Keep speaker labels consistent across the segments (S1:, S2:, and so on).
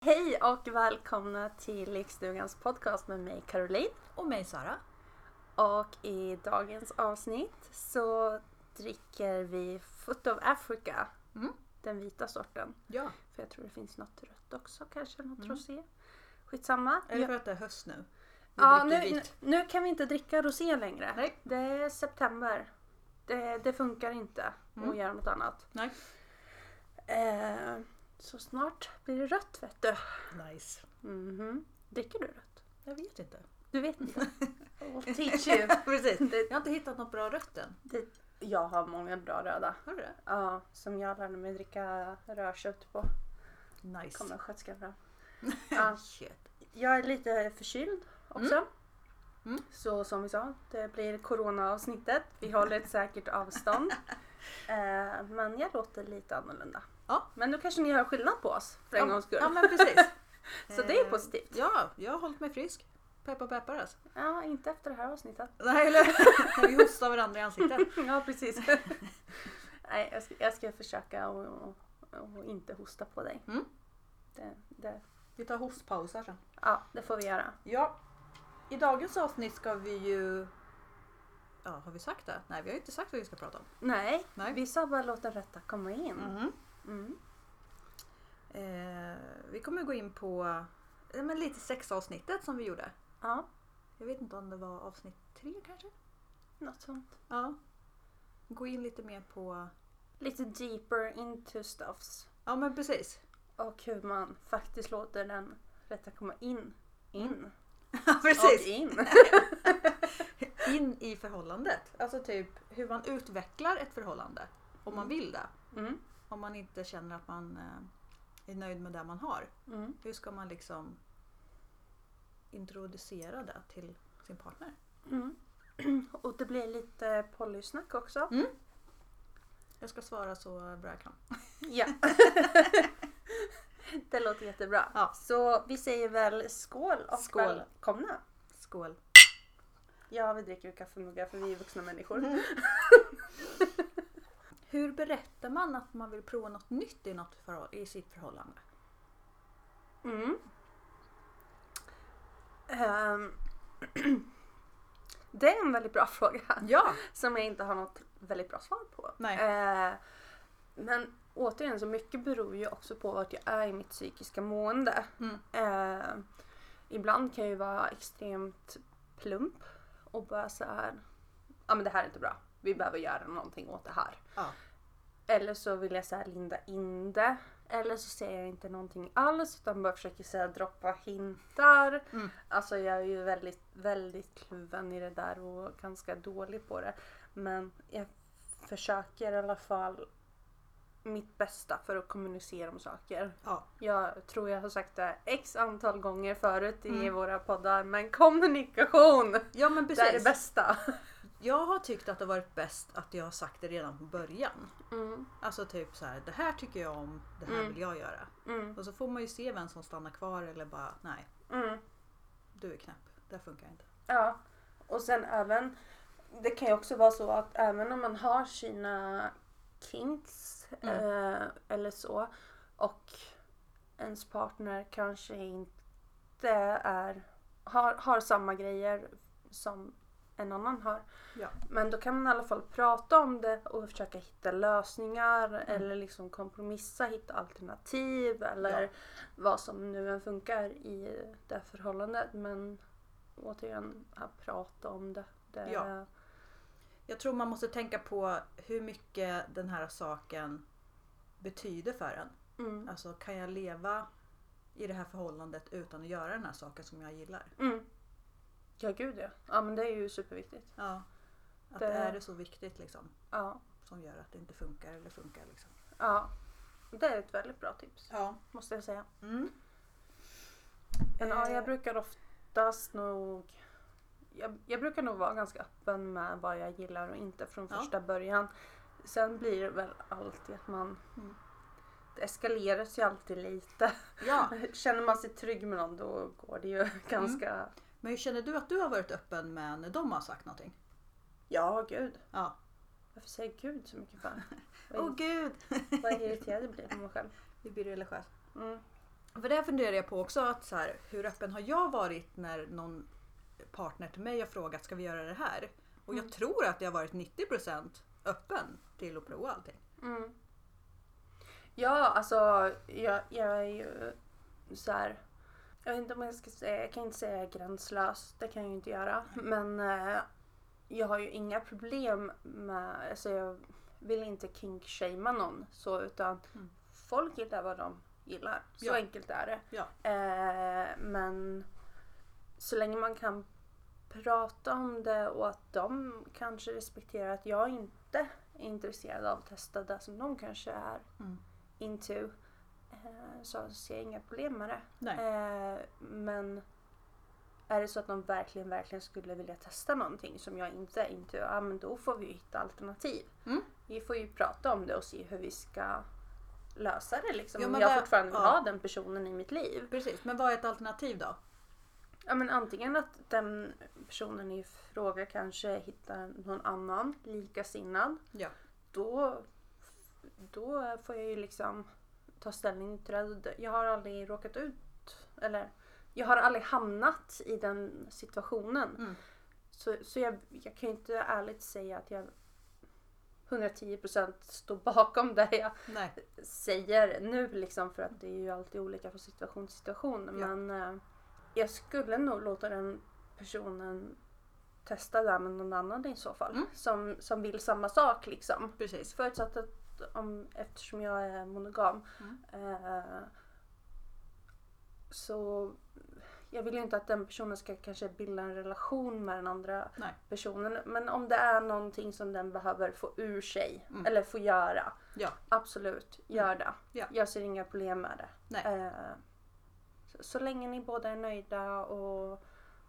S1: Hej och välkomna till Lekstugans podcast med mig Caroline.
S2: Och mig Sara.
S1: Och i dagens avsnitt så dricker vi Foot of Africa.
S2: Mm.
S1: Den vita sorten.
S2: Ja.
S1: För jag tror det finns något rött också kanske, något rosé. Skitsamma.
S2: Mm. Är det
S1: Ja,
S2: för att det är höst nu? Vi
S1: ja
S2: dricker
S1: nu,
S2: vitt.
S1: nu kan vi inte dricka rosé längre.
S2: Nej.
S1: Det är september. Det, det funkar inte att
S2: Mm.
S1: göra något annat.
S2: Nej.
S1: Eh, så snart blir det rött vet du.
S2: Nice.
S1: Mhm. Dricker du rött?
S2: Jag vet inte.
S1: Du vet inte. I'll teach you.
S2: Precis.
S1: Det-
S2: Jag har inte hittat något bra rött än.
S1: det- Jag har många bra röda.
S2: Har du det?
S1: Ja, som jag lärde mig dricka rödkött på.
S2: Nice.
S1: Kommer skötskan fram. Ja,
S2: Shit.
S1: jag är lite förkyld också.
S2: Mm.
S1: Så som vi sa, det blir corona-avsnittet. Vi håller ett säkert avstånd. Eh, men jag låter lite annorlunda.
S2: Ja.
S1: Men nu kanske ni hör skillnad på oss för en
S2: ja,
S1: gångs skull.
S2: Ja men precis.
S1: Så det är
S2: Eh,
S1: positivt.
S2: Ja, jag har hållit mig frisk. Peppar peppar alltså.
S1: Ja, inte efter det här avsnittet.
S2: Nej eller När vi hostar varandra i ansiktet.
S1: Ja, precis. Nej, jag ska, jag ska försöka att att- att inte hosta på dig.
S2: Mm.
S1: Det, det,
S2: Vi tar hostpausar sen.
S1: ja, det får vi göra.
S2: Ja. I dagens avsnitt ska vi ju... Ja, har vi sagt det? Nej, vi har ju inte sagt vad vi ska prata om.
S1: Nej,
S2: Nej.
S1: vi sa bara låt den rätta komma in.
S2: Mhm.
S1: Mm.
S2: Eh, vi kommer gå in på eh, men lite sexavsnittet som vi gjorde.
S1: Ja,
S2: Jag vet inte om det var avsnitt tre kanske?
S1: något sånt.
S2: Ja. Gå in lite mer på...
S1: Lite deeper into stuffs.
S2: Ja men precis.
S1: Och hur man faktiskt låter den rätta komma in.
S2: Mm.
S1: In. Och in.
S2: In i förhållandet. Alltså typ hur man utvecklar ett förhållande. Om man vill det.
S1: Mm.
S2: Om man inte känner att man eh, är nöjd med det man har.
S1: Mm.
S2: Hur ska man liksom introducera det till sin partner?
S1: Mm. Och det blir lite polysnack också.
S2: Jag ska svara så bra jag kan.
S1: Ja. det låter jättebra.
S2: Ja.
S1: Så vi säger väl skål och
S2: Skål.
S1: välkomna.
S2: Skål!
S1: Ja, vi dricker ur kaffemuggar för vi är vuxna människor.
S2: Mm. Hur berättar man att man vill prova något nytt i, något förhåll- i sitt förhållande?
S1: Mm. Ehm, det är en väldigt bra fråga
S2: Ja!
S1: som jag inte har något väldigt bra svar på.
S2: Nej.
S1: Eh, men återigen så mycket beror ju också på vart jag är i mitt psykiska mående.
S2: Mm.
S1: Eh, ibland kan jag ju vara extremt plump och bara så här. Ja men det här är inte bra. Vi behöver göra någonting åt det här.
S2: Ja.
S1: Eller så vill jag så här linda in det. Eller så säger jag inte någonting alls utan bara försöker säga droppa hintar.
S2: Mm.
S1: Alltså jag är ju väldigt, väldigt kluven i det där och ganska dålig på det. Men jag försöker i alla fall mitt bästa för att kommunicera om saker.
S2: ja.
S1: Jag tror jag har sagt det x antal gånger förut i
S2: Mm.
S1: våra poddar men kommunikation!
S2: Ja men
S1: Det är det
S2: precis.
S1: bästa!
S2: jag har tyckt att det varit bäst att jag har sagt det redan från början.
S1: Mm,
S2: Alltså typ så här, det här tycker jag om, det här
S1: Mm.
S2: vill jag göra.
S1: mm,
S2: Och så får man ju se vem som stannar kvar eller bara, nej,
S1: mm.
S2: du är knäpp. Det funkar inte.
S1: Ja, och sen även, det kan ju också vara så att även om man har sina kinks
S2: Mm.
S1: eh, eller så och ens partner kanske inte är, har, har samma grejer som en annan har.
S2: Ja.
S1: Men då kan man i alla fall prata om det och försöka hitta lösningar
S2: Mm.
S1: eller liksom kompromissa, hitta alternativ eller
S2: Ja.
S1: vad som nu än funkar i det förhållandet. Men återigen, att prata om det. det
S2: Ja. Jag tror man måste tänka på hur mycket den här saken betyder för en.
S1: Mm,
S2: Alltså kan jag leva i det här förhållandet utan att göra den här saken som jag gillar?
S1: mm. Ja, gud ja. Ja, men det är ju superviktigt.
S2: Ja. Att
S1: Det-
S2: är det så viktigt liksom
S1: Ja,
S2: som gör att det inte funkar eller funkar liksom.
S1: ja. Det är ett väldigt bra tips,
S2: Ja.
S1: måste jag säga.
S2: Mm.
S1: Men ja,
S2: Eh.
S1: jag brukar oftast nog... Jag, jag brukar nog vara ganska öppen med vad jag gillar och inte från
S2: Ja.
S1: första början. Sen blir det väl alltid att man...
S2: Mm.
S1: Det eskaleras ju alltid lite.
S2: Ja.
S1: Känner man sig trygg med någon då går det ju ganska...
S2: Men hur känner du att du har varit öppen med när de har sagt någonting?
S1: Ja, gud.
S2: Ja.
S1: Varför säger jag gud så mycket för?
S2: Åh
S1: Vad,
S2: gud!
S1: vad irriterad jag blir på mig själv.
S2: Vi blir religiösa.
S1: Mm.
S2: För det här funderar jag på också, att så här, hur öppen har jag varit när någon partner till mig har frågat ska vi göra det här? Och
S1: Mm.
S2: jag tror att jag har varit 90% öppen till att prova allting.
S1: Mm. Ja, alltså jag, jag är ju så här. Jag vet inte om jag ska säga, jag kan inte säga gränslös, det kan jag ju inte göra. Men eh, jag har ju inga problem med, alltså jag vill inte kinkshamea någon så utan
S2: Mm.
S1: folk gillar vad de gillar. Så
S2: Ja.
S1: enkelt är det.
S2: Ja.
S1: Eh, men så länge man kan prata om det och att de kanske respekterar att jag inte är intresserad av att testa det som de kanske är
S2: Mm.
S1: into. eh, Så ser jag inga problem med det.
S2: Nej.
S1: Eh, Men är det så att de verkligen, verkligen skulle vilja testa någonting som jag inte är into, ja men då får vi ju hitta alternativ.
S2: Mm.
S1: Vi får ju prata om det och se hur vi ska lösa det liksom.
S2: Ja,
S1: Om
S2: men
S1: jag
S2: vad-
S1: fortfarande vill
S2: ja.
S1: ha den personen i mitt liv.
S2: Precis, men vad är ett alternativ då?
S1: Ja men antingen att den personen i fråga kanske hittar någon annan likasinnad.
S2: Ja.
S1: Då, då får jag ju liksom ta ställning till det. Jag har aldrig råkat ut, eller jag har aldrig hamnat i den situationen.
S2: Mm.
S1: Så, så jag, jag kan ju inte ärligt säga att jag 110% står bakom det jag
S2: Nej.
S1: säger nu liksom för att det är ju alltid olika från situation till situation.
S2: Ja.
S1: Men eh, jag skulle nog låta den personen testa det här med någon annan i så fall.
S2: Mm.
S1: Som, som vill samma sak liksom.
S2: Precis.
S1: Förutsatt att om, eftersom jag är monogam
S2: Mm.
S1: eh, så jag vill ju inte att den personen ska kanske bilda en relation med den andra
S2: Nej.
S1: personen. Men om det är någonting som den behöver få ur sig
S2: Mm.
S1: eller få göra.
S2: Ja. Mm.
S1: Absolut, gör det.
S2: Ja.
S1: Jag ser inga problem med det.
S2: Nej.
S1: Eh, så, så länge ni båda är nöjda och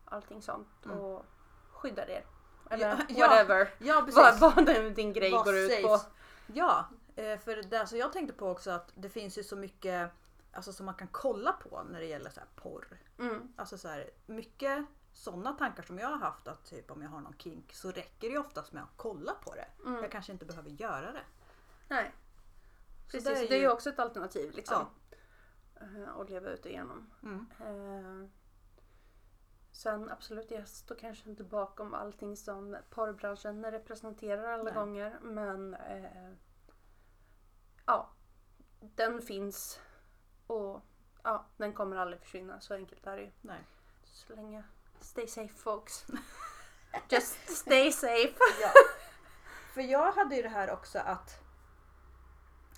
S1: allting sånt
S2: Mm.
S1: och skyddar er. Eller
S2: Ja, ja,
S1: whatever.
S2: Ja, precis.
S1: vad, vad nu din grej
S2: Vad
S1: går ut
S2: sägs?
S1: på.
S2: Ja, eh, för det alltså jag tänkte på också att det finns ju så mycket alltså, som man kan kolla på när det gäller så här, porr.
S1: Mm,
S2: Alltså så här, mycket sådana tankar som jag har haft att typ om jag har någon kink så räcker det oftast med att kolla på det.
S1: Mm.
S2: Jag kanske inte behöver göra det.
S1: nej. Precis,
S2: det
S1: det
S2: är
S1: är,
S2: ju-
S1: ju... också ett alternativ liksom. Eh, Att leva ut igenom.
S2: Mm.
S1: Eh, sen absolut, jag står kanske inte bakom allting som porrbranschen representerar alla
S2: Nej.
S1: gånger. Men eh, ja, den finns och ja, den kommer aldrig försvinna. Så enkelt är det ju.
S2: Nej.
S1: Så länge, stay safe folks. Just stay safe.
S2: Ja. För jag hade ju det här också att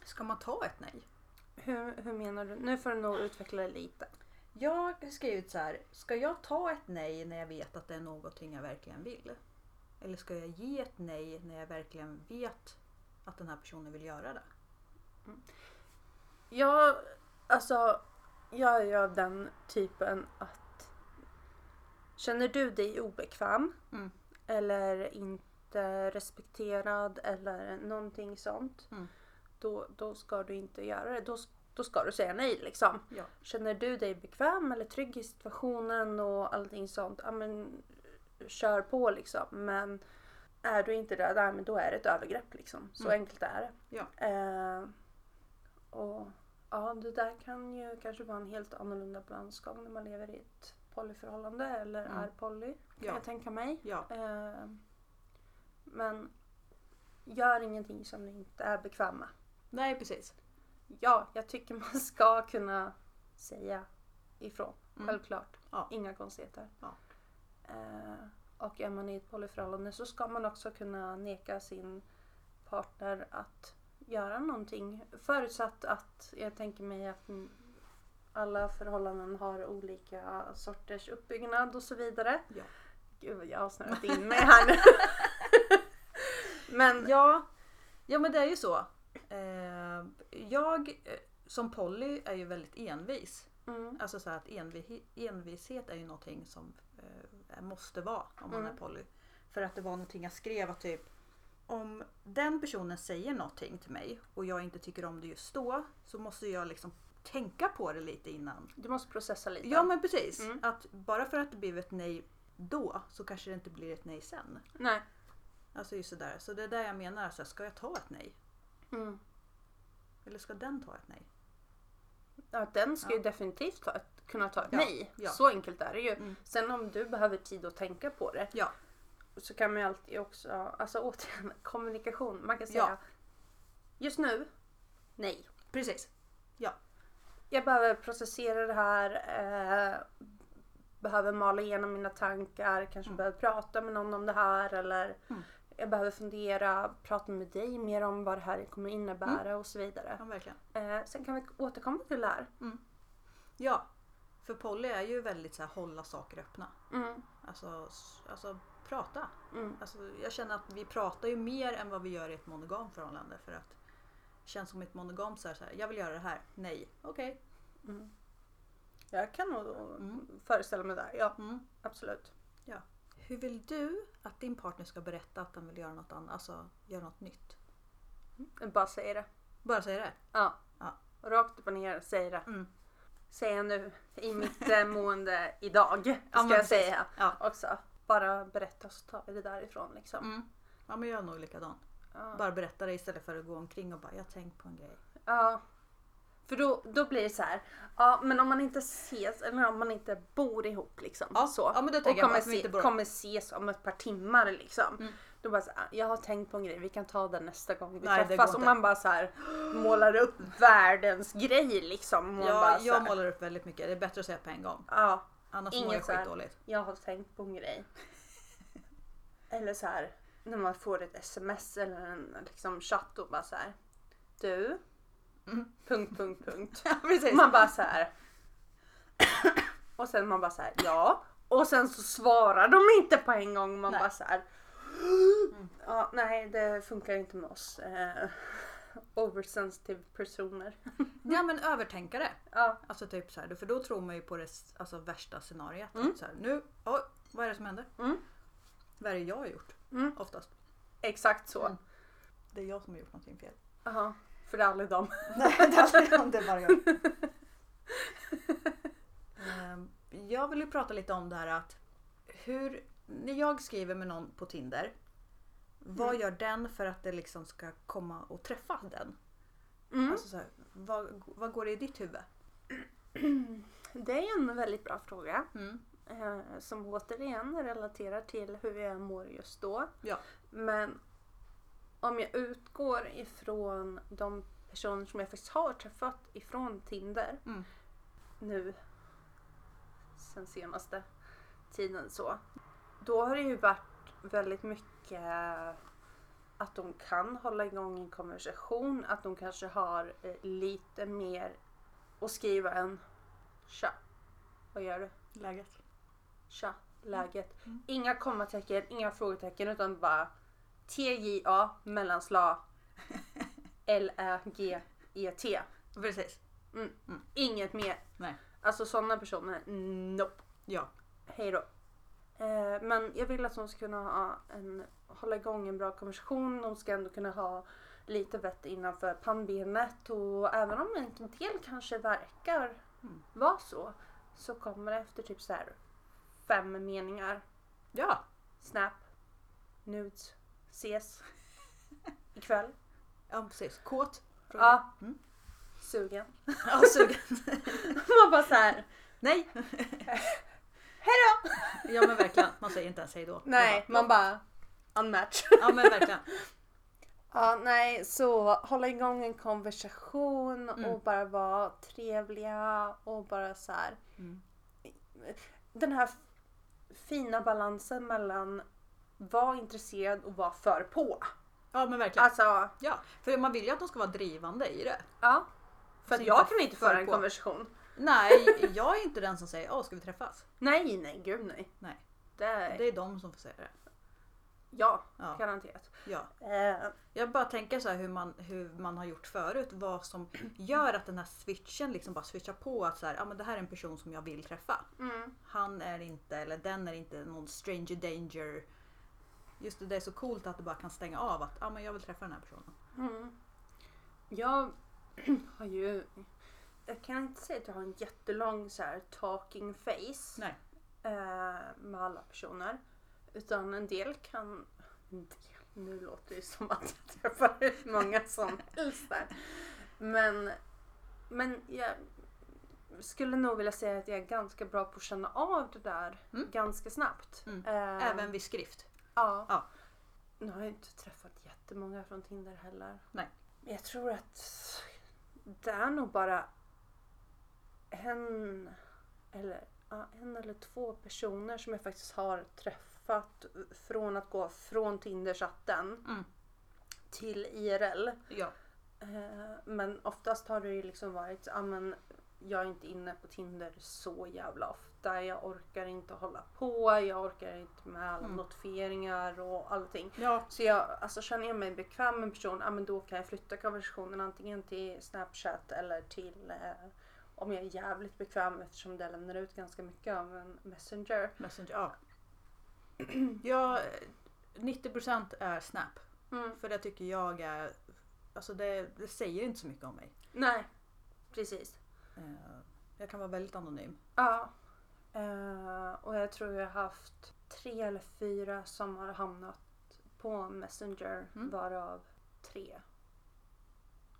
S2: ska man ta ett nej?
S1: Hur, hur menar du? Nu får du nog utveckla det lite.
S2: Jag har skrivit så här, ska jag ta ett nej när jag vet att det är någonting jag verkligen vill? Eller ska jag ge ett nej när jag verkligen vet att den här personen vill göra det?
S1: Jag, alltså, jag är ju av den typen att känner du dig obekväm
S2: Mm.
S1: eller inte respekterad eller någonting sånt.
S2: Mm.
S1: Då, då ska du inte göra det. Då, då ska du säga nej liksom.
S2: Ja.
S1: Känner du dig bekväm eller trygg i situationen och allting sånt. Ja men kör på liksom. Men är du inte det, nej, men då är det ett övergrepp liksom. Så enkelt är det.
S2: Mm. Ja.
S1: Eh, och ja, det där kan ju kanske vara en helt annorlunda balansgång när man lever i ett polyförhållande eller
S2: Mm.
S1: är poly. Kan
S2: Ja.
S1: jag tänka mig.
S2: Ja,
S1: Eh, men gör ingenting som ni inte är bekväma.
S2: nej precis.
S1: Ja, jag tycker man ska kunna säga ifrån.
S2: Mm.
S1: Självklart.
S2: Ja.
S1: Inga konstigheter.
S2: Ja.
S1: Eh, och är man i ett polyförhållande så ska man också kunna neka sin partner att göra någonting. Förutsatt att, jag tänker mig att mm, alla förhållanden har olika sorters uppbyggnad och så vidare.
S2: Ja.
S1: Gud, jag har snöat in mig här nu. Men
S2: Ja, ja men det är ju så. Eh, Jag eh, som Polly är ju väldigt envis.
S1: mm,
S2: Alltså så här att envi, envishet är ju någonting som eh, måste vara om man
S1: Mm.
S2: är poly. För att det var någonting jag skrev att typ om den personen säger någonting till mig och jag inte tycker om det just då så måste jag liksom tänka på det lite innan.
S1: du måste processa lite.
S2: Ja men precis.
S1: Mm.
S2: Att bara för att det blev ett nej då så kanske det inte blir ett nej sen.
S1: Nej.
S2: Alltså just det där. Så det är där jag menar. Alltså, ska jag ta ett nej?
S1: Mm.
S2: Eller ska den ta ett nej?
S1: Ja, den ska ju
S2: Ja.
S1: definitivt ta ett, kunna ta ett
S2: Ja,
S1: nej.
S2: ja.
S1: Så enkelt är det ju.
S2: Mm.
S1: Sen om du behöver tid att tänka på det
S2: Ja.
S1: så kan man ju alltid också, alltså återigen, kommunikation. Man kan säga
S2: Ja.
S1: just nu, nej.
S2: Precis.
S1: Jag behöver processera det här, eh, behöver mala igenom mina tankar, kanske behöver prata med någon om det här eller
S2: Mm.
S1: jag behöver fundera, prata med dig mer om vad det här kommer innebära och så vidare.
S2: Ja, verkligen.
S1: Eh, sen kan vi återkomma till det här.
S2: Ja. För Polly är ju väldigt så här hålla saker öppna.
S1: Mm,
S2: Alltså, s- alltså prata.
S1: mm,
S2: Alltså, jag känner att vi pratar ju mer än vad vi gör i ett monogamt förhållande. För att det känns som ett monogamt så här, så här, jag vill göra det här. Nej. Okej.
S1: mm. Jag kan nog
S2: Mm.
S1: föreställa mig det. här, Ja,
S2: Mm.
S1: absolut.
S2: Hur vill du att din partner ska berätta att den vill göra något annat, alltså göra något nytt?
S1: Jag bara säger det.
S2: Bara säga det.
S1: Ja.
S2: Ja.
S1: Rakt upp och ner, säger det.
S2: Mm.
S1: Säger jag nu i mitt eh, mående idag. Ska jag
S2: men precis.
S1: säga
S2: Ja.
S1: också. Bara berätta så tar vi det därifrån liksom.
S2: Mm. Ja men jag är nog likadan.
S1: Ja.
S2: Bara berätta det istället för att gå omkring och bara jag har tänkt på en grej.
S1: ja. För då, då blir det så här. Ja men om man inte ses eller om man inte bor ihop liksom.
S2: Ja,
S1: så.
S2: ja, men det tänker
S1: och
S2: jag
S1: kommer,
S2: på, att vi
S1: se,
S2: inte bor-
S1: kommer ses om ett par timmar liksom.
S2: Mm.
S1: Då bara så här, jag har tänkt på en grej, vi kan ta den nästa gång vi
S2: Nej, det
S1: träffas.
S2: går
S1: Och
S2: inte.
S1: man bara så här målar upp världens grej liksom. Och man bara
S2: Jag,
S1: så här,
S2: jag målar upp väldigt mycket, det är bättre att säga på en gång.
S1: ja,
S2: Annars
S1: Ingen
S2: mår jag
S1: så här-
S2: skitdåligt.
S1: jag har tänkt på en grej. eller så här, när man får ett sms eller en liksom, chatt och bara så här. Du.
S2: Mm.
S1: Punkt, punkt, punkt.
S2: Ja, precis.
S1: Man bara så här. och sen man bara så här, ja. Och sen så svarar de inte på en gång. Man
S2: Nej. Mm.
S1: bara så här. Ja, nej, det funkar inte med oss. Eh, oversensitive personer.
S2: Ja men övertänkare.
S1: Ja,
S2: Alltså typ så här, för då tror man ju på det s- alltså, värsta scenariet.
S1: Mm.
S2: Så här, nu, oj, vad är det som händer?
S1: Mm.
S2: Vad är det jag har gjort?
S1: Mm.
S2: Oftast.
S1: exakt så.
S2: Mm. Det är jag som har gjort någonting fel.
S1: Aha, för det är aldrig dem.
S2: Nej, det handlar om det varje gång. Ehm, Jag vill ju prata lite om det här att hur, när jag skriver med någon på Tinder, vad
S1: Mm.
S2: gör den för att det liksom ska komma och träffa den?
S1: Mm.
S2: Alltså så här, vad, vad går det i ditt huvud?
S1: Det är en väldigt bra fråga
S2: Mm.
S1: eh, som återigen relaterar till hur jag mår just då.
S2: Ja.
S1: Men om jag utgår ifrån de personer som jag faktiskt har träffat ifrån Tinder
S2: Mm.
S1: nu sen senaste tiden så. Då har det ju varit väldigt mycket att de kan hålla igång en konversation, att de kanske har eh, lite mer att skriva än Tja, vad gör du?
S2: Läget?
S1: Tja, läget.
S2: Mm.
S1: Inga kommatecken, inga frågetecken utan bara TJA mellanslag L-Ä-G-E-T.
S2: Precis.
S1: E Inget mer.
S2: Nej.
S1: Alltså sådana personer, nope.
S2: Ja.
S1: Hej då. Eh, men jag vill att de ska kunna ha en, hålla igång en bra konversation. De ska ändå kunna ha lite vett innanför pannbenet och även om en del kanske verkar
S2: Mm.
S1: vara så så kommer det efter typ så här fem meningar.
S2: Ja.
S1: Snap. Nudes. Ses. Ikväll.
S2: Ja precis. Kåt?
S1: Ja.
S2: Mm.
S1: Sugen.
S2: ja sugen.
S1: Man bara så här.
S2: Nej.
S1: Hejdå!
S2: Ja men verkligen. Man säger inte ens hejdå.
S1: Nej, man
S2: Man
S1: bara unmatch.
S2: bara- Ja men verkligen.
S1: Ja, nej, så hålla igång en konversation
S2: Mm.
S1: och bara vara trevliga och bara så här.
S2: Mm.
S1: Den här f- fina balansen mellan vara intresserad och vara för på.
S2: Ja men verkligen.
S1: Alltså,
S2: Ja, för man vill ju att de ska vara drivande i det.
S1: ja. För att
S2: Så
S1: jag
S2: inte
S1: kan inte
S2: för
S1: föra en
S2: på.
S1: konversation.
S2: Nej, jag är inte den som säger åh ska vi träffas?
S1: Nej, nej, gud nej.
S2: Nej.
S1: Det är,
S2: Det är de som får säga det.
S1: ja,
S2: Ja.
S1: garanterat.
S2: Ja.
S1: Eh,
S2: Jag bara tänker så här hur man, hur man har gjort förut, vad som gör att den här switchen liksom bara switchar på att så här, ah, men det här är en person som jag vill träffa.
S1: mm,
S2: Han är inte, eller den är inte någon stranger danger. Just det, det är så coolt att du bara kan stänga av att ah, men jag vill träffa den här personen.
S1: mm. Jag har ju... Jag kan inte säga att jag har en jättelång så här talking face.
S2: Nej.
S1: eh, med alla personer. Utan en del kan... En del, nu låter det som att jag träffar hur många som helst där. Men, men jag, skulle nog vilja säga att jag är ganska bra på att känna av det där
S2: Mm.
S1: ganska snabbt.
S2: Mm.
S1: Eh,
S2: Även vid skrift.
S1: Ja.
S2: Ja.
S1: Nu har jag inte träffat jättemånga från Tinder heller.
S2: Nej.
S1: Jag tror att det är nog bara en eller, ja, en eller två personer som jag faktiskt har träffat från att gå från Tinder-chatten
S2: Mm.
S1: till IRL.
S2: Ja.
S1: Eh, Men oftast har det ju liksom varit, ja men jag är inte inne på Tinder så jävla ofta. Jag orkar inte hålla på, jag orkar inte med alla
S2: Mm.
S1: notifieringar och allting.
S2: ja.
S1: Så jag, alltså känner jag mig bekväm med en person, ja men då kan jag flytta konversationen antingen till Snapchat eller till eh, om jag är jävligt bekväm eftersom det lämnar ut ganska mycket av en messenger.
S2: Messenger. Ja. ja. eh, 90% är Snap.
S1: Mm.
S2: För det tycker jag är... Alltså det, det säger inte så mycket om mig.
S1: Nej, precis.
S2: Eh, Jag kan vara väldigt anonym.
S1: Ja. Eh, och jag tror jag har haft tre eller fyra som har hamnat på Messenger
S2: Mm.
S1: varav tre.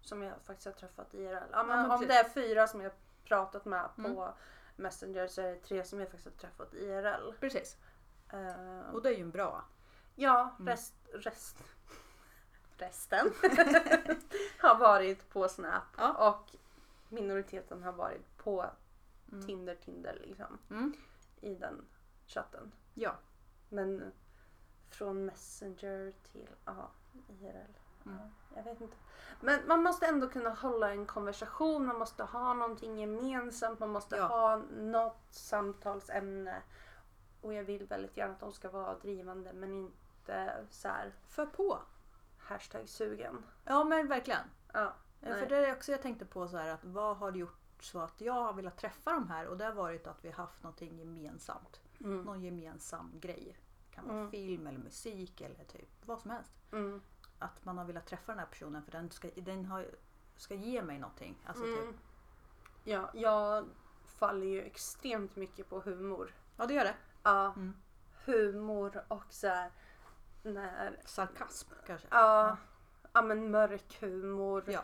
S1: Som jag faktiskt har träffat IRL. Ja, men
S2: men
S1: om
S2: precis.
S1: det är fyra som jag pratat med på
S2: Mm.
S1: Messenger så är det tre som jag faktiskt har träffat IRL.
S2: Precis.
S1: Eh,
S2: Och det är ju en bra.
S1: ja,
S2: Mm.
S1: rest, rest, resten har varit på Snap
S2: Ja.
S1: och minoriteten har varit på
S2: Mm.
S1: Tinder, Tinder liksom
S2: Mm.
S1: i den chatten.
S2: Ja.
S1: Men från Messenger till ja, IRL.
S2: Mm.
S1: Ja, jag vet inte. Men man måste ändå kunna hålla en konversation, man måste ha någonting gemensamt, man måste
S2: Ja.
S1: ha något samtalsämne. Och jag vill väldigt gärna att de ska vara drivande men inte så här
S2: För på.
S1: hashtag sugen.
S2: Ja men verkligen.
S1: Ja,
S2: Eh,
S1: Nej.
S2: För det är också jag tänkte på så här att vad har det gjort så att jag har velat träffa de här och det har varit att vi har haft någonting gemensamt.
S1: mm.
S2: Någon gemensam grej. Det kan vara
S1: Mm.
S2: film eller musik eller typ vad som helst.
S1: Mm.
S2: Att man har velat träffa den här personen för den ska, den har, ska ge mig någonting. Alltså typ.
S1: Mm. Ja, jag faller ju extremt mycket på humor.
S2: Ja det gör det.
S1: Ja,
S2: Mm.
S1: humor och så här när
S2: Sarkasm kanske.
S1: Ja. Ja men mörk humor.
S2: Ja.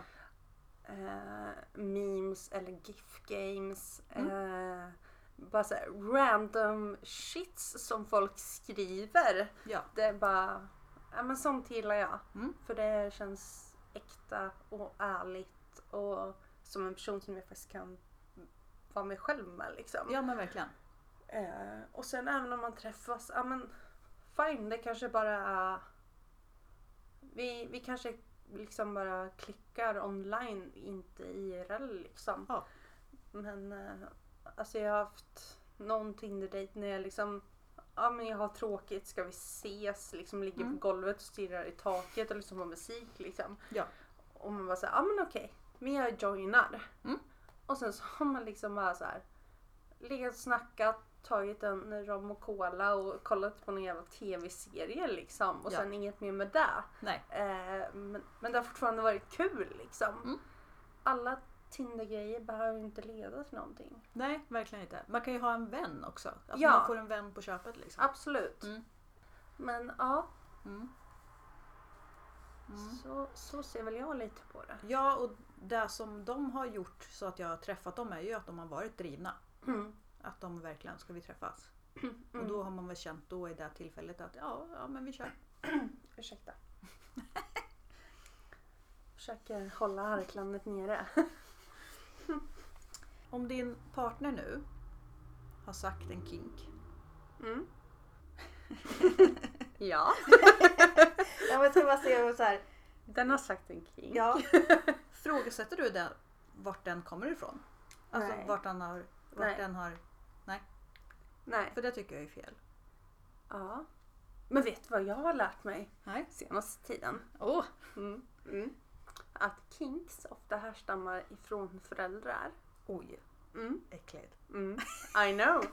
S1: Eh, memes eller GIF games.
S2: Mm.
S1: Eh, bara såhär random shits som folk skriver.
S2: Ja.
S1: Det är bara, ja men sånt gillar jag.
S2: Mm.
S1: För det känns äkta och ärligt och som en person som jag faktiskt kan vara mig själv med liksom.
S2: ja men verkligen.
S1: Eh, och sen även om man träffas, ja men fine, det kanske bara är... Vi, vi kanske liksom bara klickar online, inte IRL liksom.
S2: Ja.
S1: Men eh, alltså jag har haft någon Tinder-dejt när jag liksom, ja men jag har tråkigt, ska vi ses? Liksom ligger
S2: Mm.
S1: på golvet och stirrar i taket och liksom har musik liksom.
S2: Ja.
S1: Och man bara såhär, ja men okej, men jag joinar.
S2: Mm.
S1: Och sen så har man liksom bara såhär legat och snackat, tagit en rom och cola och kollat på någon jävla tv-serie liksom. Och
S2: Ja.
S1: sen inget mer med det.
S2: Nej.
S1: Eh, men, men det har fortfarande varit kul liksom.
S2: Mm.
S1: Alla Tinder-grejer behöver ju inte leda till
S2: Mm.
S1: någonting.
S2: Nej verkligen inte. Man kan ju ha en vän också. Alltså
S1: Ja.
S2: man får en vän på köpet liksom.
S1: Absolut.
S2: Mm.
S1: Men ja,
S2: Mm. Mm.
S1: så, så ser väl jag lite på det.
S2: Ja, och det som de har gjort så att jag har träffat dem är ju att de har varit drivna.
S1: Mm.
S2: Att de verkligen ska vi träffas.
S1: Mm.
S2: Och då har man väl känt då i det tillfället att ja, ja men vi kör.
S1: Ursäkta. Försöker hålla harklandet nere.
S2: Om din partner nu har sagt en kink.
S1: Mm. ja.
S2: Ja, men ska bara se så
S1: Den har sagt en king.
S2: Ja. Frågesätter du den, vart den kommer ifrån? Alltså
S1: Nej.
S2: vart den har... Vart
S1: Nej.
S2: den har...
S1: Nej.
S2: För det tycker jag är fel.
S1: Ja. Men vet du vad jag har lärt mig
S2: Nej.
S1: senaste tiden?
S2: Åh!
S1: Mm. Mm. Att kinks ofta härstammar ifrån föräldrar.
S2: Oj,
S1: Mm.
S2: äckligt.
S1: Mm. I know.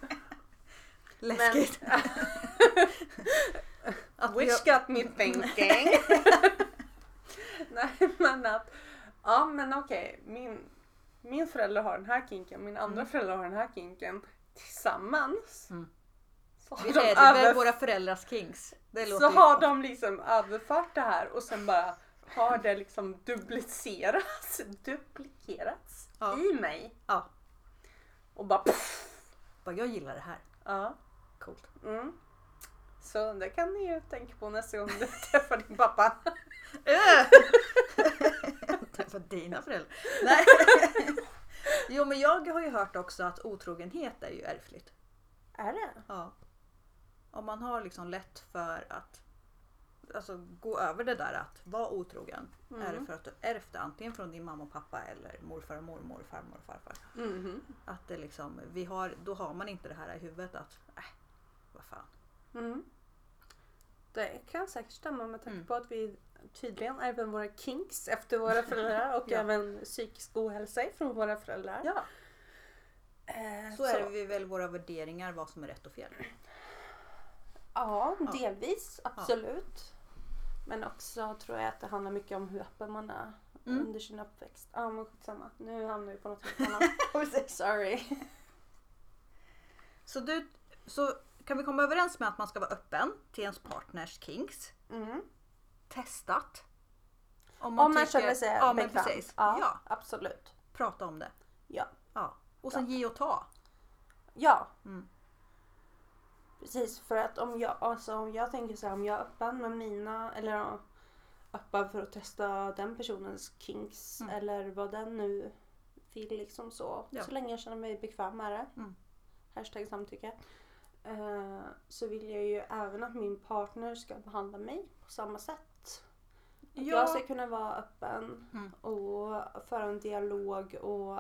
S2: Läskigt. Att vi har-
S1: got me thinking. Nej men att, ja men okej, min, min förälder har den här kinken, min andra förälder har den här kinken. Tillsammans
S2: Mm.
S1: så
S2: Vi
S1: har, de,
S2: är väl
S1: över,
S2: våra föräldrars kinks. Det
S1: så
S2: låter ju-
S1: har de liksom överfört det här och sen bara har det liksom duplicerats, duplikerats
S2: Ja.
S1: i mig.
S2: Ja.
S1: Och bara pff.
S2: Bara, jag gillar det här.
S1: Ja.
S2: Coolt.
S1: Mm. Så det kan ni ju tänka på nästa gång du träffar din pappa.
S2: Tänk på dina föräldrar. Nej. Jo men jag har ju hört också att otrogenhet är ju ärftligt.
S1: Är det?
S2: Ja. Om man har liksom lätt för att alltså, gå över det där att vara otrogen.
S1: Mm.
S2: Är det för att du ärvt det antingen från din mamma och pappa eller morfar och mormor, farmor och farfar.
S1: Mhm.
S2: Att det liksom, vi har, då har man inte det här i huvudet att äh, vad fan.
S1: Mm. Det kan säkert stämma med tanke
S2: Mm.
S1: på att vi tydligen även våra kinks efter våra föräldrar och
S2: Ja.
S1: även psykisk ohälsa från våra föräldrar.
S2: Ja,
S1: Eh,
S2: så är vi väl våra värderingar vad som är rätt och fel.
S1: Ja,
S2: Ja.
S1: delvis. Absolut. Men också tror jag att det handlar mycket om hur öppen man är
S2: Mm.
S1: under sin uppväxt. Ja, men skitsamma. Nu hamnar vi på något helt annat. Sorry.
S2: Så, du, så kan vi komma överens med att man ska vara öppen till ens partners kinks?
S1: Mm.
S2: Testat.
S1: Om man känner sig
S2: ja, men
S1: bekväm.
S2: precis.
S1: Ja,
S2: Ja.
S1: absolut.
S2: prata om det.
S1: Ja.
S2: Ja. Och sen ge och ta.
S1: Ja.
S2: Mm.
S1: Precis, för att om jag, alltså, om jag tänker så här, om jag är öppen med mina, eller ja, öppen för att testa den personens kinks
S2: Mm.
S1: eller vad den nu vill liksom så.
S2: Ja.
S1: Så länge jag känner mig bekväm med det.
S2: Mm.
S1: Hashtag samtycke. Eh, så vill jag ju även att min partner ska behandla mig på samma sätt. Att Jag ska kunna vara öppen
S2: Mm.
S1: och föra en dialog och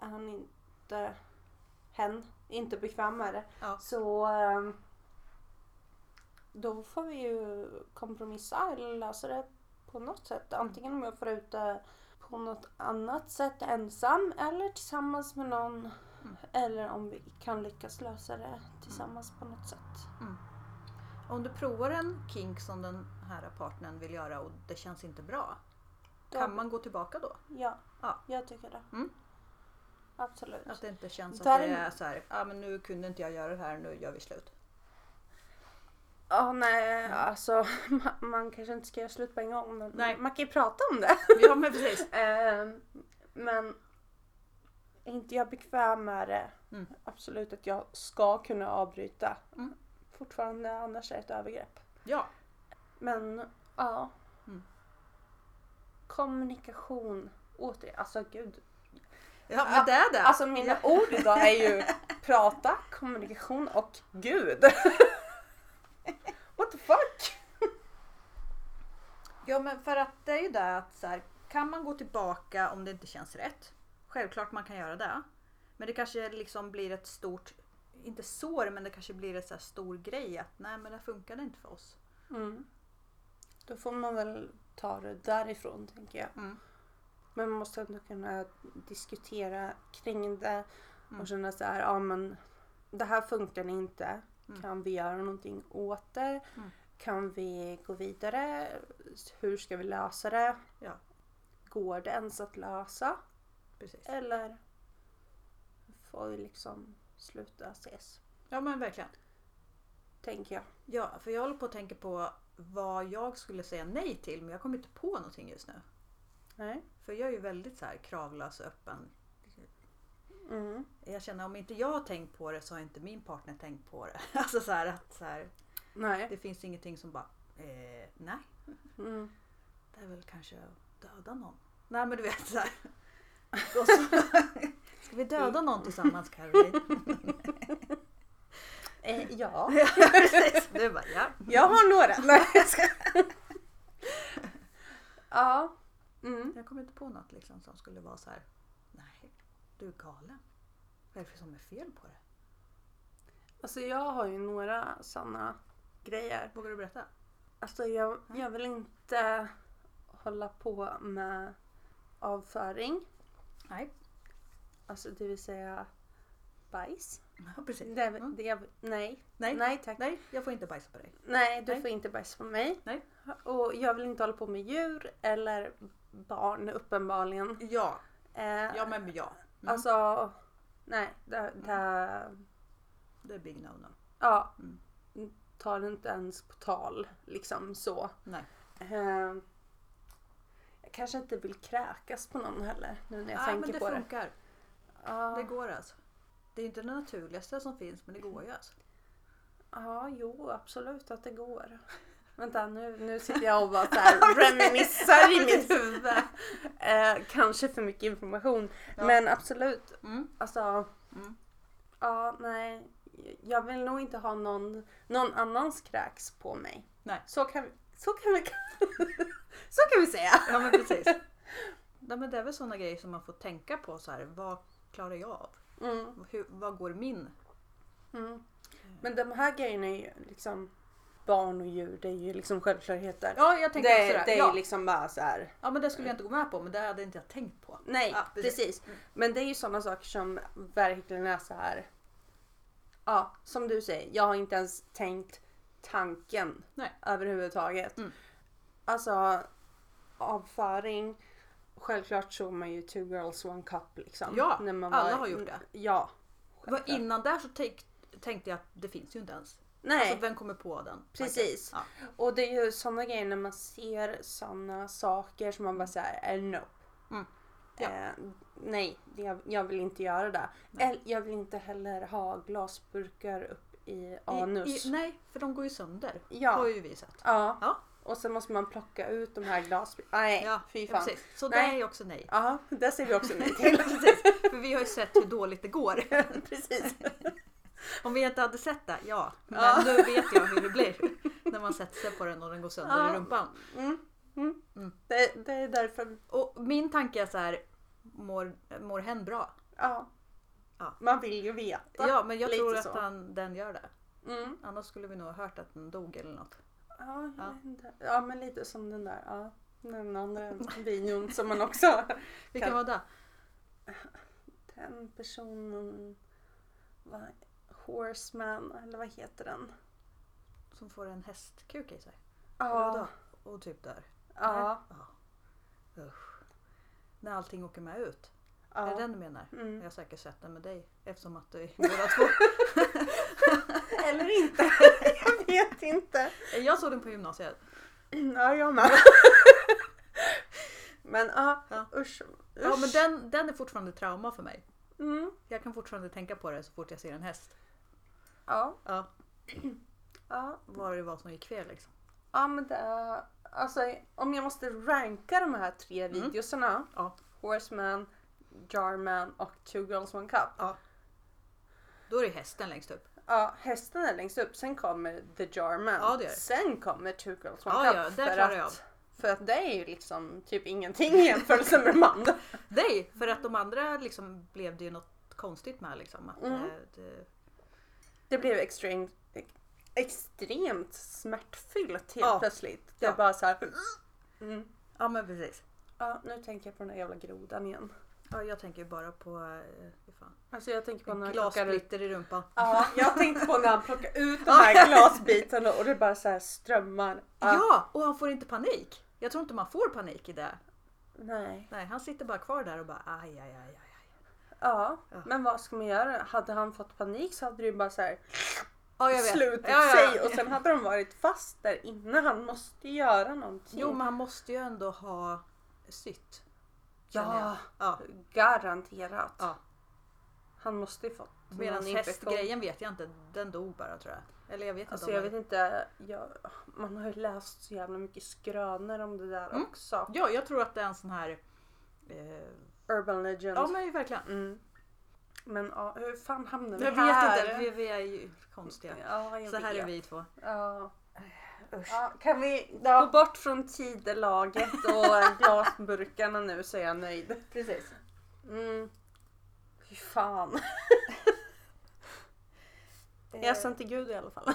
S1: är han inte, hen, inte bekväm med det
S2: Ja.
S1: så ehm, då får vi ju kompromissa eller lösa det på något sätt. Antingen om jag får ut det på något annat sätt ensam eller tillsammans med någon.
S2: Mm.
S1: Eller om vi kan lyckas lösa det tillsammans på något sätt.
S2: Om du provar en kink som den här partnern vill göra och det känns inte bra.
S1: Då-
S2: Kan man gå tillbaka då?
S1: Ja,
S2: Ja.
S1: jag tycker det.
S2: Mm.
S1: Absolut.
S2: Att det inte känns att
S1: Där-
S2: det är så här, ah, men nu kunde inte jag göra det här, nu gör vi slut.
S1: Ja, nej, alltså man, man kanske inte ska göra slut på en gång men
S2: Nej.
S1: man kan ju prata om det.
S2: Ja men precis.
S1: Ehm, men är inte jag bekväm med det.
S2: Mm.
S1: Absolut att jag ska kunna avbryta.
S2: Mm.
S1: Fortfarande annars är det ett övergrepp.
S2: Ja.
S1: Men ja.
S2: Mm.
S1: Kommunikation. Återigen, alltså gud.
S2: ja men det är det.
S1: Alltså mina ord idag är ju prata, kommunikation och gud. What the fuck?
S2: Ja men för att det är ju det att så här, kan man gå tillbaka om det inte känns rätt? Självklart man kan göra det. Men det kanske liksom blir ett stort, inte sår men det kanske blir ett så här stor grej att nej men det funkade inte för oss.
S1: Mm. Då får man väl ta det därifrån tänker jag.
S2: Mm.
S1: Men man måste ändå kunna diskutera kring det
S2: Mm.
S1: och känna så här, ja men det här funkar inte. Kan vi göra någonting åt det?
S2: Mm.
S1: Kan vi gå vidare? Hur ska vi lösa det?
S2: Ja.
S1: Går det ens att lösa?
S2: Precis.
S1: Eller får vi liksom sluta ses?
S2: Ja men verkligen.
S1: Tänker jag.
S2: Ja för jag håller på att tänka på vad jag skulle säga nej till men jag kommer inte på någonting just nu.
S1: Nej.
S2: För jag är ju väldigt så här kravlös och öppen.
S1: Mm.
S2: Jag känner om inte jag har tänkt på det så har inte min partner tänkt på det. Alltså så här att så här,
S1: Nej.
S2: det finns ingenting som bara eh, nej.
S1: Mm.
S2: Det är väl kanske att döda någon. Nej men du vet såhär. Så, ska vi döda någon tillsammans Caroline?
S1: Eh, ja.
S2: Ja, precis. du bara ja.
S1: Jag har några. Nej, jag ska... Ja. Mm.
S2: Jag kommer inte på något liksom som skulle vara så här. Nej, du är galen. Vad är det som är fel på det?
S1: Alltså jag har ju några sådana grejer.
S2: Vågar du berätta?
S1: Alltså jag, jag vill inte hålla på med avföring.
S2: Nej.
S1: Alltså det vill säga bajs.
S2: Ja, precis.
S1: Det,
S2: Mm.
S1: det, nej.
S2: Nej. nej.
S1: nej tack.
S2: jag får inte bajsa på dig.
S1: Nej, du
S2: Nej.
S1: får inte bajsa på mig.
S2: Nej.
S1: Och jag vill inte hålla på med djur eller barn uppenbarligen.
S2: Ja,
S1: Eh,
S2: ja men ja. Mm.
S1: Alltså, nej. Det, det,
S2: Det är big no no.
S1: ja,
S2: Mm.
S1: tar det inte ens på tal liksom så.
S2: Nej.
S1: Eh, jag kanske inte vill kräkas på någon heller nu när jag
S2: ah, men
S1: tänker
S2: det
S1: på det.
S2: funkar.
S1: Ja,
S2: Det går alltså. Det är inte det naturligaste som finns men det går ju alltså.
S1: ja jo absolut att det går. Vänta nu, nu sitter jag och bara så här reminissar i mitt huvud. Eh, kanske för mycket information.
S2: Ja.
S1: Men absolut,
S2: Mm.
S1: alltså.
S2: Mm.
S1: Ja, nej. Jag vill nog inte ha någon, någon annans kräks på mig.
S2: Nej.
S1: Så kan, så kan vi Så kan vi säga.
S2: Ja men precis. ja, men det är väl sådana grejer som man får tänka på så här. Vad klarar jag av?
S1: Mm,
S2: Hur, vad går min?
S1: mm. Men de här grejerna är ju liksom barn och djur, det är ju liksom självklarheter.
S2: Ja jag tänker
S1: det,
S2: sådär.
S1: det är
S2: ja.
S1: liksom bara så här.
S2: ja men det skulle jag inte gå med på men det hade inte jag tänkt på.
S1: Nej,
S2: Ja, precis. Mm.
S1: precis. Men det är ju sådana saker som verkligen är så här. Ja, som du säger. Jag har inte ens tänkt tanken
S2: Nej.
S1: överhuvudtaget.
S2: Mm.
S1: Alltså avföring. Självklart såg man ju Two Girls One Cup liksom.
S2: Ja,
S1: när man
S2: alla har gjort det.
S1: Ja.
S2: Vad
S1: självklart.
S2: innan där så tänk, tänkte jag att det finns ju inte ens.
S1: Nej,
S2: Alltså vem kommer på den?
S1: precis.
S2: Ja.
S1: Och det är ju sådana grejer när man ser sådana saker som man bara säger eh, no.
S2: Mm. Ja.
S1: Eh, nej, det- jag, jag vill inte göra det. Eller, jag vill inte heller ha glasburkar upp i anus.
S2: I, i, nej, för de går ju sönder.
S1: Ja.
S2: Har ju vi sett.
S1: Ja.
S2: Ja.
S1: Och sen måste man plocka ut de här glasburkarna. Nej,
S2: Ja,
S1: fy
S2: ja,
S1: fan.
S2: precis. Så
S1: Nej.
S2: det är ju också nej.
S1: Ja, det säger vi också nej till.
S2: Precis, för vi har ju sett hur dåligt det går.
S1: Precis.
S2: Om vi inte hade sett det, ja. Men
S1: Ja.
S2: nu vet jag hur det blir. När man sätter sig på den och den går sönder
S1: Ja.
S2: i rumpan.
S1: Mm. Mm.
S2: Mm.
S1: Det, det är därför
S2: Och min tanke är så här, mår, mår hen bra?
S1: ja.
S2: Ja.
S1: man vill ju veta.
S2: Ja, men jag
S1: lite
S2: tror
S1: så.
S2: att han, den gör det.
S1: Mm.
S2: Annars skulle vi nog ha hört att den dog eller något.
S1: Ja, jag
S2: Ja.
S1: vet inte. ja, men lite som den där. Ja. Den andra videon som man också...
S2: Vilken
S1: Kan-
S2: var det?
S1: Den personen... Vad, Horseman, eller vad heter den?
S2: Som får en hästkuk i sig.
S1: Ja.
S2: Och typ dör.
S1: Ja.
S2: Usch. När allting åker med ut. Är det
S1: ja.
S2: den du menar? Jag
S1: Mm.
S2: har säkert sett den med dig eftersom att vi båda två...
S1: Eller inte. jag vet inte.
S2: Jag såg den på gymnasiet.
S1: Ja, jag med. men ja,
S2: Ja.
S1: usch. usch.
S2: Ja men den, den är fortfarande trauma för mig.
S1: Mm.
S2: Jag kan fortfarande tänka på det så fort jag ser en häst.
S1: Ja.
S2: Ja.
S1: ja.
S2: Vad det var som gick fel liksom.
S1: Ja, men det är... Alltså, om jag måste ranka de här tre
S2: Mm.
S1: videosarna.
S2: Ja.
S1: Horseman, Jarman och Two Girls One Cup.
S2: Då är det hästen längst upp.
S1: Ja, hästen är längst upp. Sen kommer The Jarman.
S2: Ja, det gör det.
S1: Sen kommer Two Girls One
S2: Ja,
S1: Cup.
S2: ja, det klarar jag av.
S1: att, för att det är ju liksom typ ingenting i jämförelse med de andra.
S2: Nej! För att de andra liksom blev det ju något konstigt med liksom. Att,
S1: Mm.
S2: eh, det,
S1: Det blev extremt, extremt smärtfyllt helt
S2: Ja.
S1: plötsligt. Det är
S2: Ja.
S1: bara så här. Mm.
S2: ja men precis.
S1: Ja, nu tänker jag på den där jävla grodan igen.
S2: Ja, jag tänker ju bara på eh, fy fan,
S1: Alltså jag tänker på när han plockar ut...
S2: glassplitter i rumpan.
S1: Ja, jag tänkte på när han plockar ut de här glasbitarna och det bara så här strömmar.
S2: Ja! Och han får inte panik. Jag tror inte man får panik i det.
S1: Nej.
S2: Nej, han sitter bara kvar där och bara aj, aj, aj, aj. aj.
S1: Ja,
S2: Ja.
S1: men vad ska man göra? Hade han fått panik så hade det ju bara så här
S2: Ja, jag vet.
S1: slutit
S2: ja, ja, ja.
S1: sig och sen hade de varit fast där inne. Han måste ju göra någonting.
S2: Jo, men han måste ju ändå ha sytt. känner jag.
S1: ja,
S2: ja.
S1: garanterat.
S2: Ja.
S1: Han måste ju fått
S2: Medan
S1: någon infektion.
S2: hästgrejen vet jag inte, den dog bara tror jag. Eller jag vet
S1: Alltså
S2: inte
S1: jag
S2: om
S1: vet inte, jag, man har ju läst så jävla mycket skrönor om det där
S2: Mm.
S1: också.
S2: Ja, jag tror att det är en sån här... Eh,
S1: Urban legend.
S2: ja, men ju verkligen.
S1: Mm. Men ja, hur fan hamnar vi
S2: Jag
S1: här?
S2: vet inte, vi, vi är ju konstiga.
S1: Ja, jag
S2: Så här
S1: vet.
S2: är vi två.
S1: Ja.
S2: Usch.
S1: Ja, kan vi gå bort från tidelaget och glasburkarna nu så är jag nöjd.
S2: Precis.
S1: Mm. Fy fan. Jag är
S2: Eh,
S1: sänd till gud i alla fall.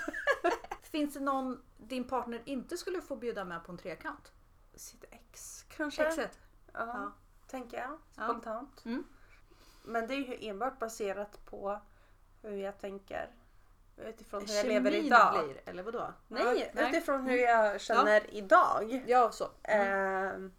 S2: finns det någon din partner inte skulle få bjuda med på en trekant?
S1: Sitt ex kanske?
S2: Exakt.
S1: Ja,
S2: Ja.
S1: tänker jag
S2: Ja.
S1: spontant.
S2: Mm.
S1: Men det är ju enbart baserat på hur jag tänker utifrån hur jag
S2: Kemin
S1: lever idag.
S2: blir, eller vadå?
S1: Nej, Mm.
S2: Ja, nej.
S1: utifrån hur jag känner idag.
S2: Ja, så.
S1: Ehm,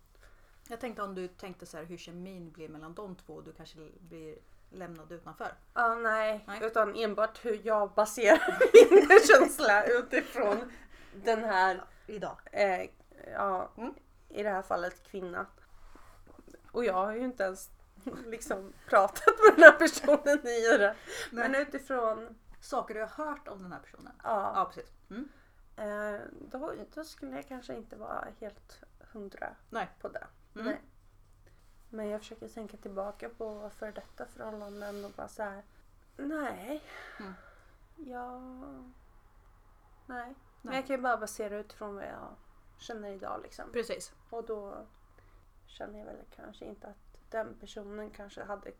S2: Jag tänkte om du tänkte så här hur kemin blir mellan de två och du kanske blir lämnad utanför.
S1: Ja, nej.
S2: Nej.
S1: Utan enbart hur jag baserar min känsla utifrån den här,
S2: Idag.
S1: eh, ja,
S2: Mm.
S1: i det här fallet kvinna. Och jag har ju inte ens liksom pratat med den här personen i det.
S2: Men
S1: Men utifrån,
S2: saker du har hört om den här personen.
S1: ja.
S2: Ja, precis. Mm.
S1: Eh, Då, då skulle jag kanske inte vara helt hundra
S2: Nej.
S1: på det.
S2: Mm.
S1: Nej. Men jag försöker tänka tillbaka på för detta förhållanden och bara så här. Nej.
S2: Mm.
S1: Jag... Nej. Men
S2: Nej.
S1: jag kan ju bara basera utifrån vad jag känner idag liksom.
S2: Precis.
S1: Och då känner jag väl kanske inte att den personen kanske hade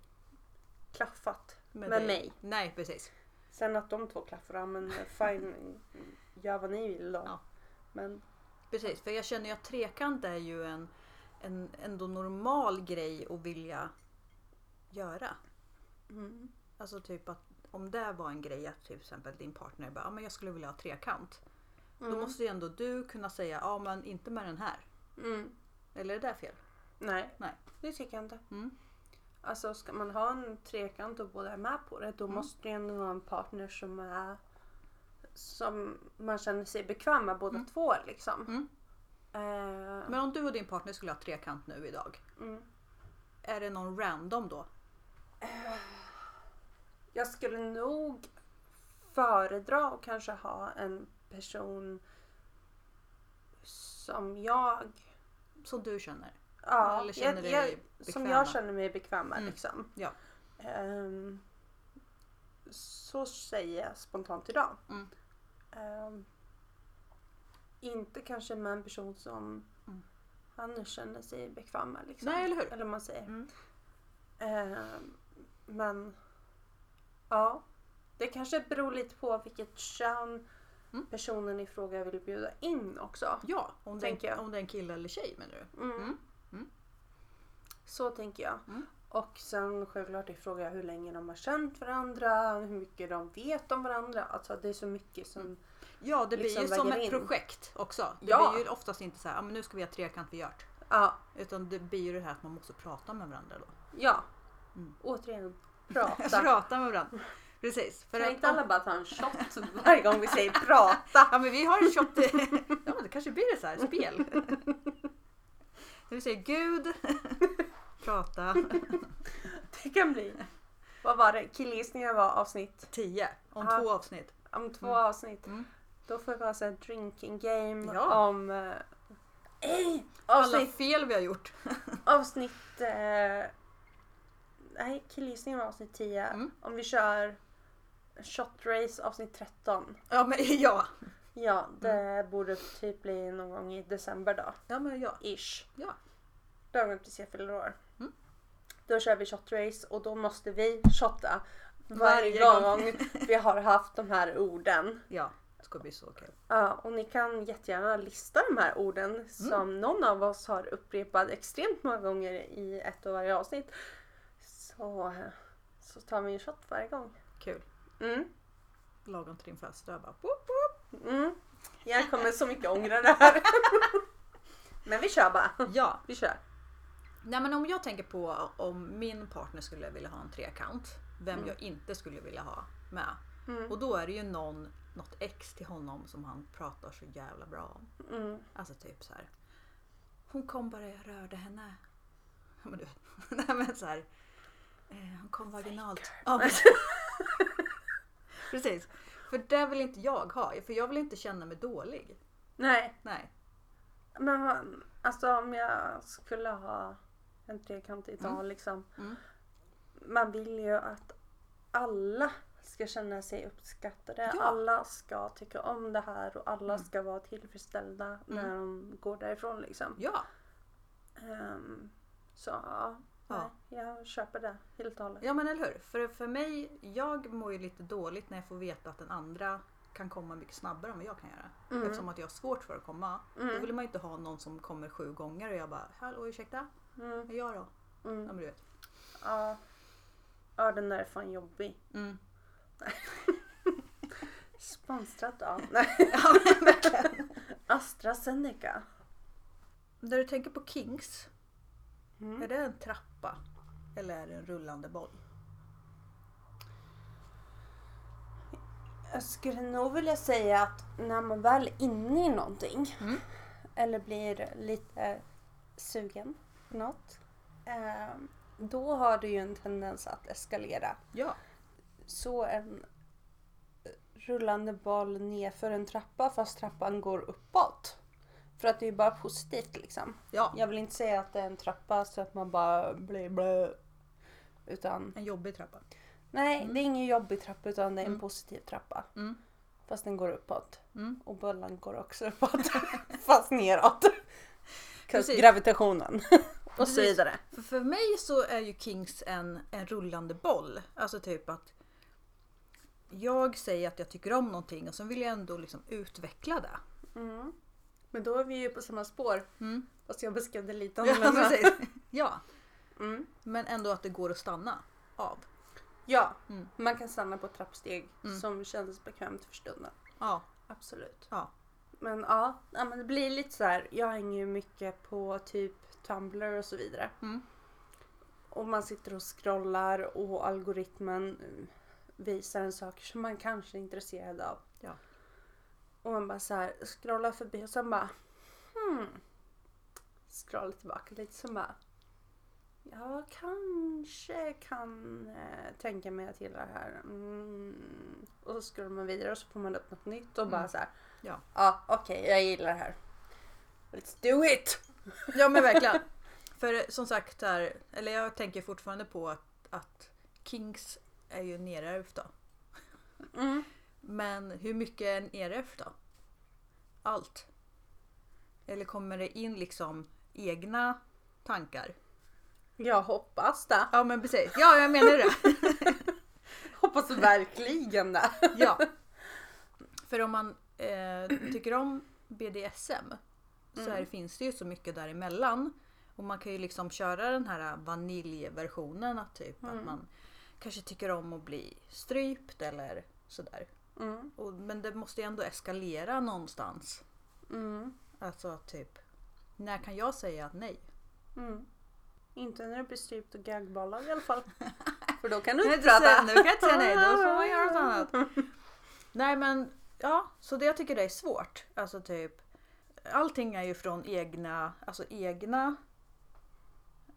S1: klaffat med,
S2: dig.
S1: mig.
S2: Nej, precis.
S1: Sen att de två klaffar, ja, men fine, gör vad ni vill då.
S2: Ja.
S1: Men
S2: Precis, för jag känner ju att trekant är ju en, en ändå normal grej att vilja göra.
S1: mm,
S2: Alltså typ att om det var en grej att till exempel din partner bara, ja men jag skulle vilja ha trekant.
S1: Mm.
S2: Då måste ju ändå du kunna säga, ja men inte med den här.
S1: mm,
S2: Eller är det där fel?
S1: nej,
S2: Nej.
S1: det tycker jag inte.
S2: Mm.
S1: Alltså ska man ha en trekant och båda är med på det
S2: Mm.
S1: då måste det ändå vara en partner som är som man känner sig bekväm med båda två liksom.
S2: Mm.
S1: Eh,
S2: Men om du och din partner skulle ha trekant nu idag.
S1: Mm.
S2: Är det någon random då?
S1: jag skulle nog föredra att kanske ha en person som jag
S2: Som du känner?
S1: Ja,
S2: Eller känner dig
S1: jag, jag, som
S2: bekväma?
S1: jag känner mig bekväm med
S2: Mm.
S1: liksom.
S2: Ja.
S1: Ehm, så säger jag spontant idag.
S2: Mm.
S1: Ehm, inte kanske med en person som
S2: Mm.
S1: han känner sig bekväm med. Liksom.
S2: Nej, eller hur?
S1: Eller vad man säger.
S2: Mm.
S1: Ehm, men ja, det kanske beror lite på vilket kön
S2: Mm.
S1: personen i fråga vill bjuda in också.
S2: Ja, om det,
S1: Tänker jag.
S2: är, om det är en kille eller tjej menar du?
S1: Mm.
S2: Mm. Mm.
S1: Så tänker jag.
S2: Mm.
S1: Och sen självklart är frågan hur länge de har känt varandra, hur mycket de vet om varandra. Alltså det är så mycket som...
S2: Mm. Ja, det blir
S1: Liksom
S2: ju som
S1: väger
S2: ett
S1: in.
S2: projekt också. Det
S1: Ja.
S2: blir ju oftast inte så här, "Ja, men nu ska vi ha trekant, vi gör det."
S1: Ja,
S2: Utan det blir ju det här att man måste prata med varandra då.
S1: ja.
S2: Mm.
S1: Återigen, prata.
S2: prata med varandra. Precis. För
S1: Kan
S2: att,
S1: inte alla bara ta en shot varje gång vi säger prata?
S2: Ja men vi har en shot. ja men det kanske blir det så här spel. När vi säger Gud, prata,
S1: Det kan bli. Vad var det? Killgissningar var avsnitt.
S2: 10 om
S1: Ja.
S2: två avsnitt.
S1: Om två
S2: Mm.
S1: avsnitt.
S2: Mm.
S1: Då får vi ha så här drinking game
S2: Ja.
S1: om... Eh, ej,
S2: Alla
S1: avsnitt
S2: fel vi har gjort.
S1: Avsnitt... Eh, nej, killgissningen var avsnitt 10.
S2: Mm.
S1: Om vi kör shot race avsnitt 13.
S2: Ja men ja.
S1: Ja, det
S2: Mm.
S1: borde typ bli någon gång i december då.
S2: Ja men ja.
S1: Ish.
S2: Ja.
S1: Dagen precis jag fyller år.
S2: Mm.
S1: Då kör vi shot race och då måste vi shotta varje,
S2: Varje
S1: gång vi har haft de här orden.
S2: Ja. Det ska bli så kul.
S1: Ja, och ni kan jättegärna lista de här orden som någon av oss har upprepat extremt många gånger i ett och varje avsnitt. Så, så tar vi en shot varje gång.
S2: Kul.
S1: Mm.
S2: Lagom till din födelsedag bara. Woop,
S1: Mm. Jag kommer så mycket ångra det här. Men vi kör bara.
S2: woop. Ja.
S1: Vi kör.
S2: Nej men om jag tänker på om min partner skulle vilja ha en trekant. Vem jag inte skulle vilja ha med.
S1: Mm.
S2: Och då är det ju någon, något ex till honom som han pratar så jävla bra om.
S1: Mm.
S2: Alltså typ så här. Hon kom bara jag rörde henne. Ja, Men du vet. Nej men så här. Eh, hon kom vaginalt. Ja, men- Precis. För det vill inte jag ha. För jag vill inte känna mig dålig.
S1: Nej,
S2: Nej.
S1: men vad- alltså om jag skulle ha en trekant idag liksom.
S2: Mm.
S1: Man vill ju att alla ska känna sig uppskattade.
S2: Ja. Mm.
S1: Alla ska tycka om det här och alla ska vara tillfredsställda när de går därifrån liksom.
S2: Ja.
S1: Ehm, så ja,
S2: Ja.
S1: Nej, jag köper det helt och hållet.
S2: Ja men eller hur. För, för mig, jag mår ju lite dåligt när jag får veta att den andra kan komma mycket snabbare än vad jag kan göra.
S1: Mm.
S2: Eftersom att jag har svårt för att komma. Då
S1: Mm.
S2: vill man ju inte ha någon som kommer sju gånger och jag bara hallå ursäkta,
S1: Mm,
S2: vad gör jag då? Ja,
S1: mm,
S2: men du vet.
S1: ja. ja, den där är fan jobbig.
S2: Mm.
S1: Sponsrat av nej,
S2: Ja, men verkligen.
S1: AstraZeneca.
S2: När du tänker på Kings,
S1: Mm.
S2: är det en trappa? Eller är det en rullande boll?
S1: Jag skulle nog vilja säga att när man väl är inne i någonting
S2: Mm.
S1: eller blir lite sugen på något eh, då har det ju en tendens att eskalera.
S2: Ja.
S1: Så en rullande boll nerför en trappa fast trappan går uppåt. För att det är ju bara positivt liksom.
S2: ja.
S1: Jag vill inte säga att det är en trappa så att man bara blir blö. Utan
S2: En jobbig trappa.
S1: nej, det är ingen jobbig trappa utan det är en positiv trappa.
S2: Mm.
S1: Fast den går uppåt.
S2: Mm.
S1: Och bollen går också uppåt. fast neråt. 'Cause
S2: Precis.
S1: Gravitationen. och så
S2: Precis.
S1: vidare.
S2: För, för mig så är ju Kings en, en rullande boll. Alltså typ att jag säger att jag tycker om någonting och sen vill jag ändå liksom utveckla det.
S1: Men då är vi ju på samma spår.
S2: Mm.
S1: Fast jag beskrev det lite
S2: Ja, alltså-
S1: annorlunda.
S2: precis. ja.
S1: Mm.
S2: Men ändå att det går att stanna av.
S1: Ja,
S2: Mm.
S1: man kan stanna på ett trappsteg
S2: Mm.
S1: som kändes bekvämt för stunden.
S2: Ja.
S1: Absolut.
S2: ja.
S1: Men ja, ja men det blir lite så här. jag hänger ju mycket på typ Tumblr och så vidare.
S2: Mm.
S1: Och man sitter och scrollar och algoritmen eh, visar en saker som man kanske är intresserad av.
S2: Ja.
S1: Och man bara så här scrollar förbi och sen bara hmm. Scrollar tillbaka lite sen bara jag kanske kan eh, tänka mig att gilla det här. Mm. Och så scrollar man vidare och så får man upp något nytt och bara
S2: Mm.
S1: så här.
S2: Ja.
S1: okej, jag gillar det här. Let's do it!
S2: Ja men verkligen. För eh, som sagt, så här, eller jag tänker fortfarande på att, att Kings är ju en nerärvt då.
S1: Mm.
S2: Men hur mycket är en erf då? Allt. Eller kommer det in liksom egna tankar?
S1: Jag hoppas det.
S2: Ja men precis, ja jag menar det.
S1: Hoppas verkligen det.
S2: Ja. För om man eh, tycker om BDSM så här finns det ju så mycket däremellan. Och man kan ju liksom köra den här vaniljversionen att typ att man kanske tycker om att bli strypt eller sådär.
S1: Mm.
S2: Och, men det måste ju ändå eskalera någonstans.
S1: Mm.
S2: Alltså typ, när kan jag säga att nej?
S1: Mm. Inte när du blir strypt och gaggbollad i alla fall. För då kan du
S2: Nej,
S1: inte
S2: inte säga,
S1: prata.
S2: nu kan jag inte säga nej, då får man göra något annat. Nej men, ja, så det jag tycker det är svårt. Alltså typ, allting är ju från egna, alltså egna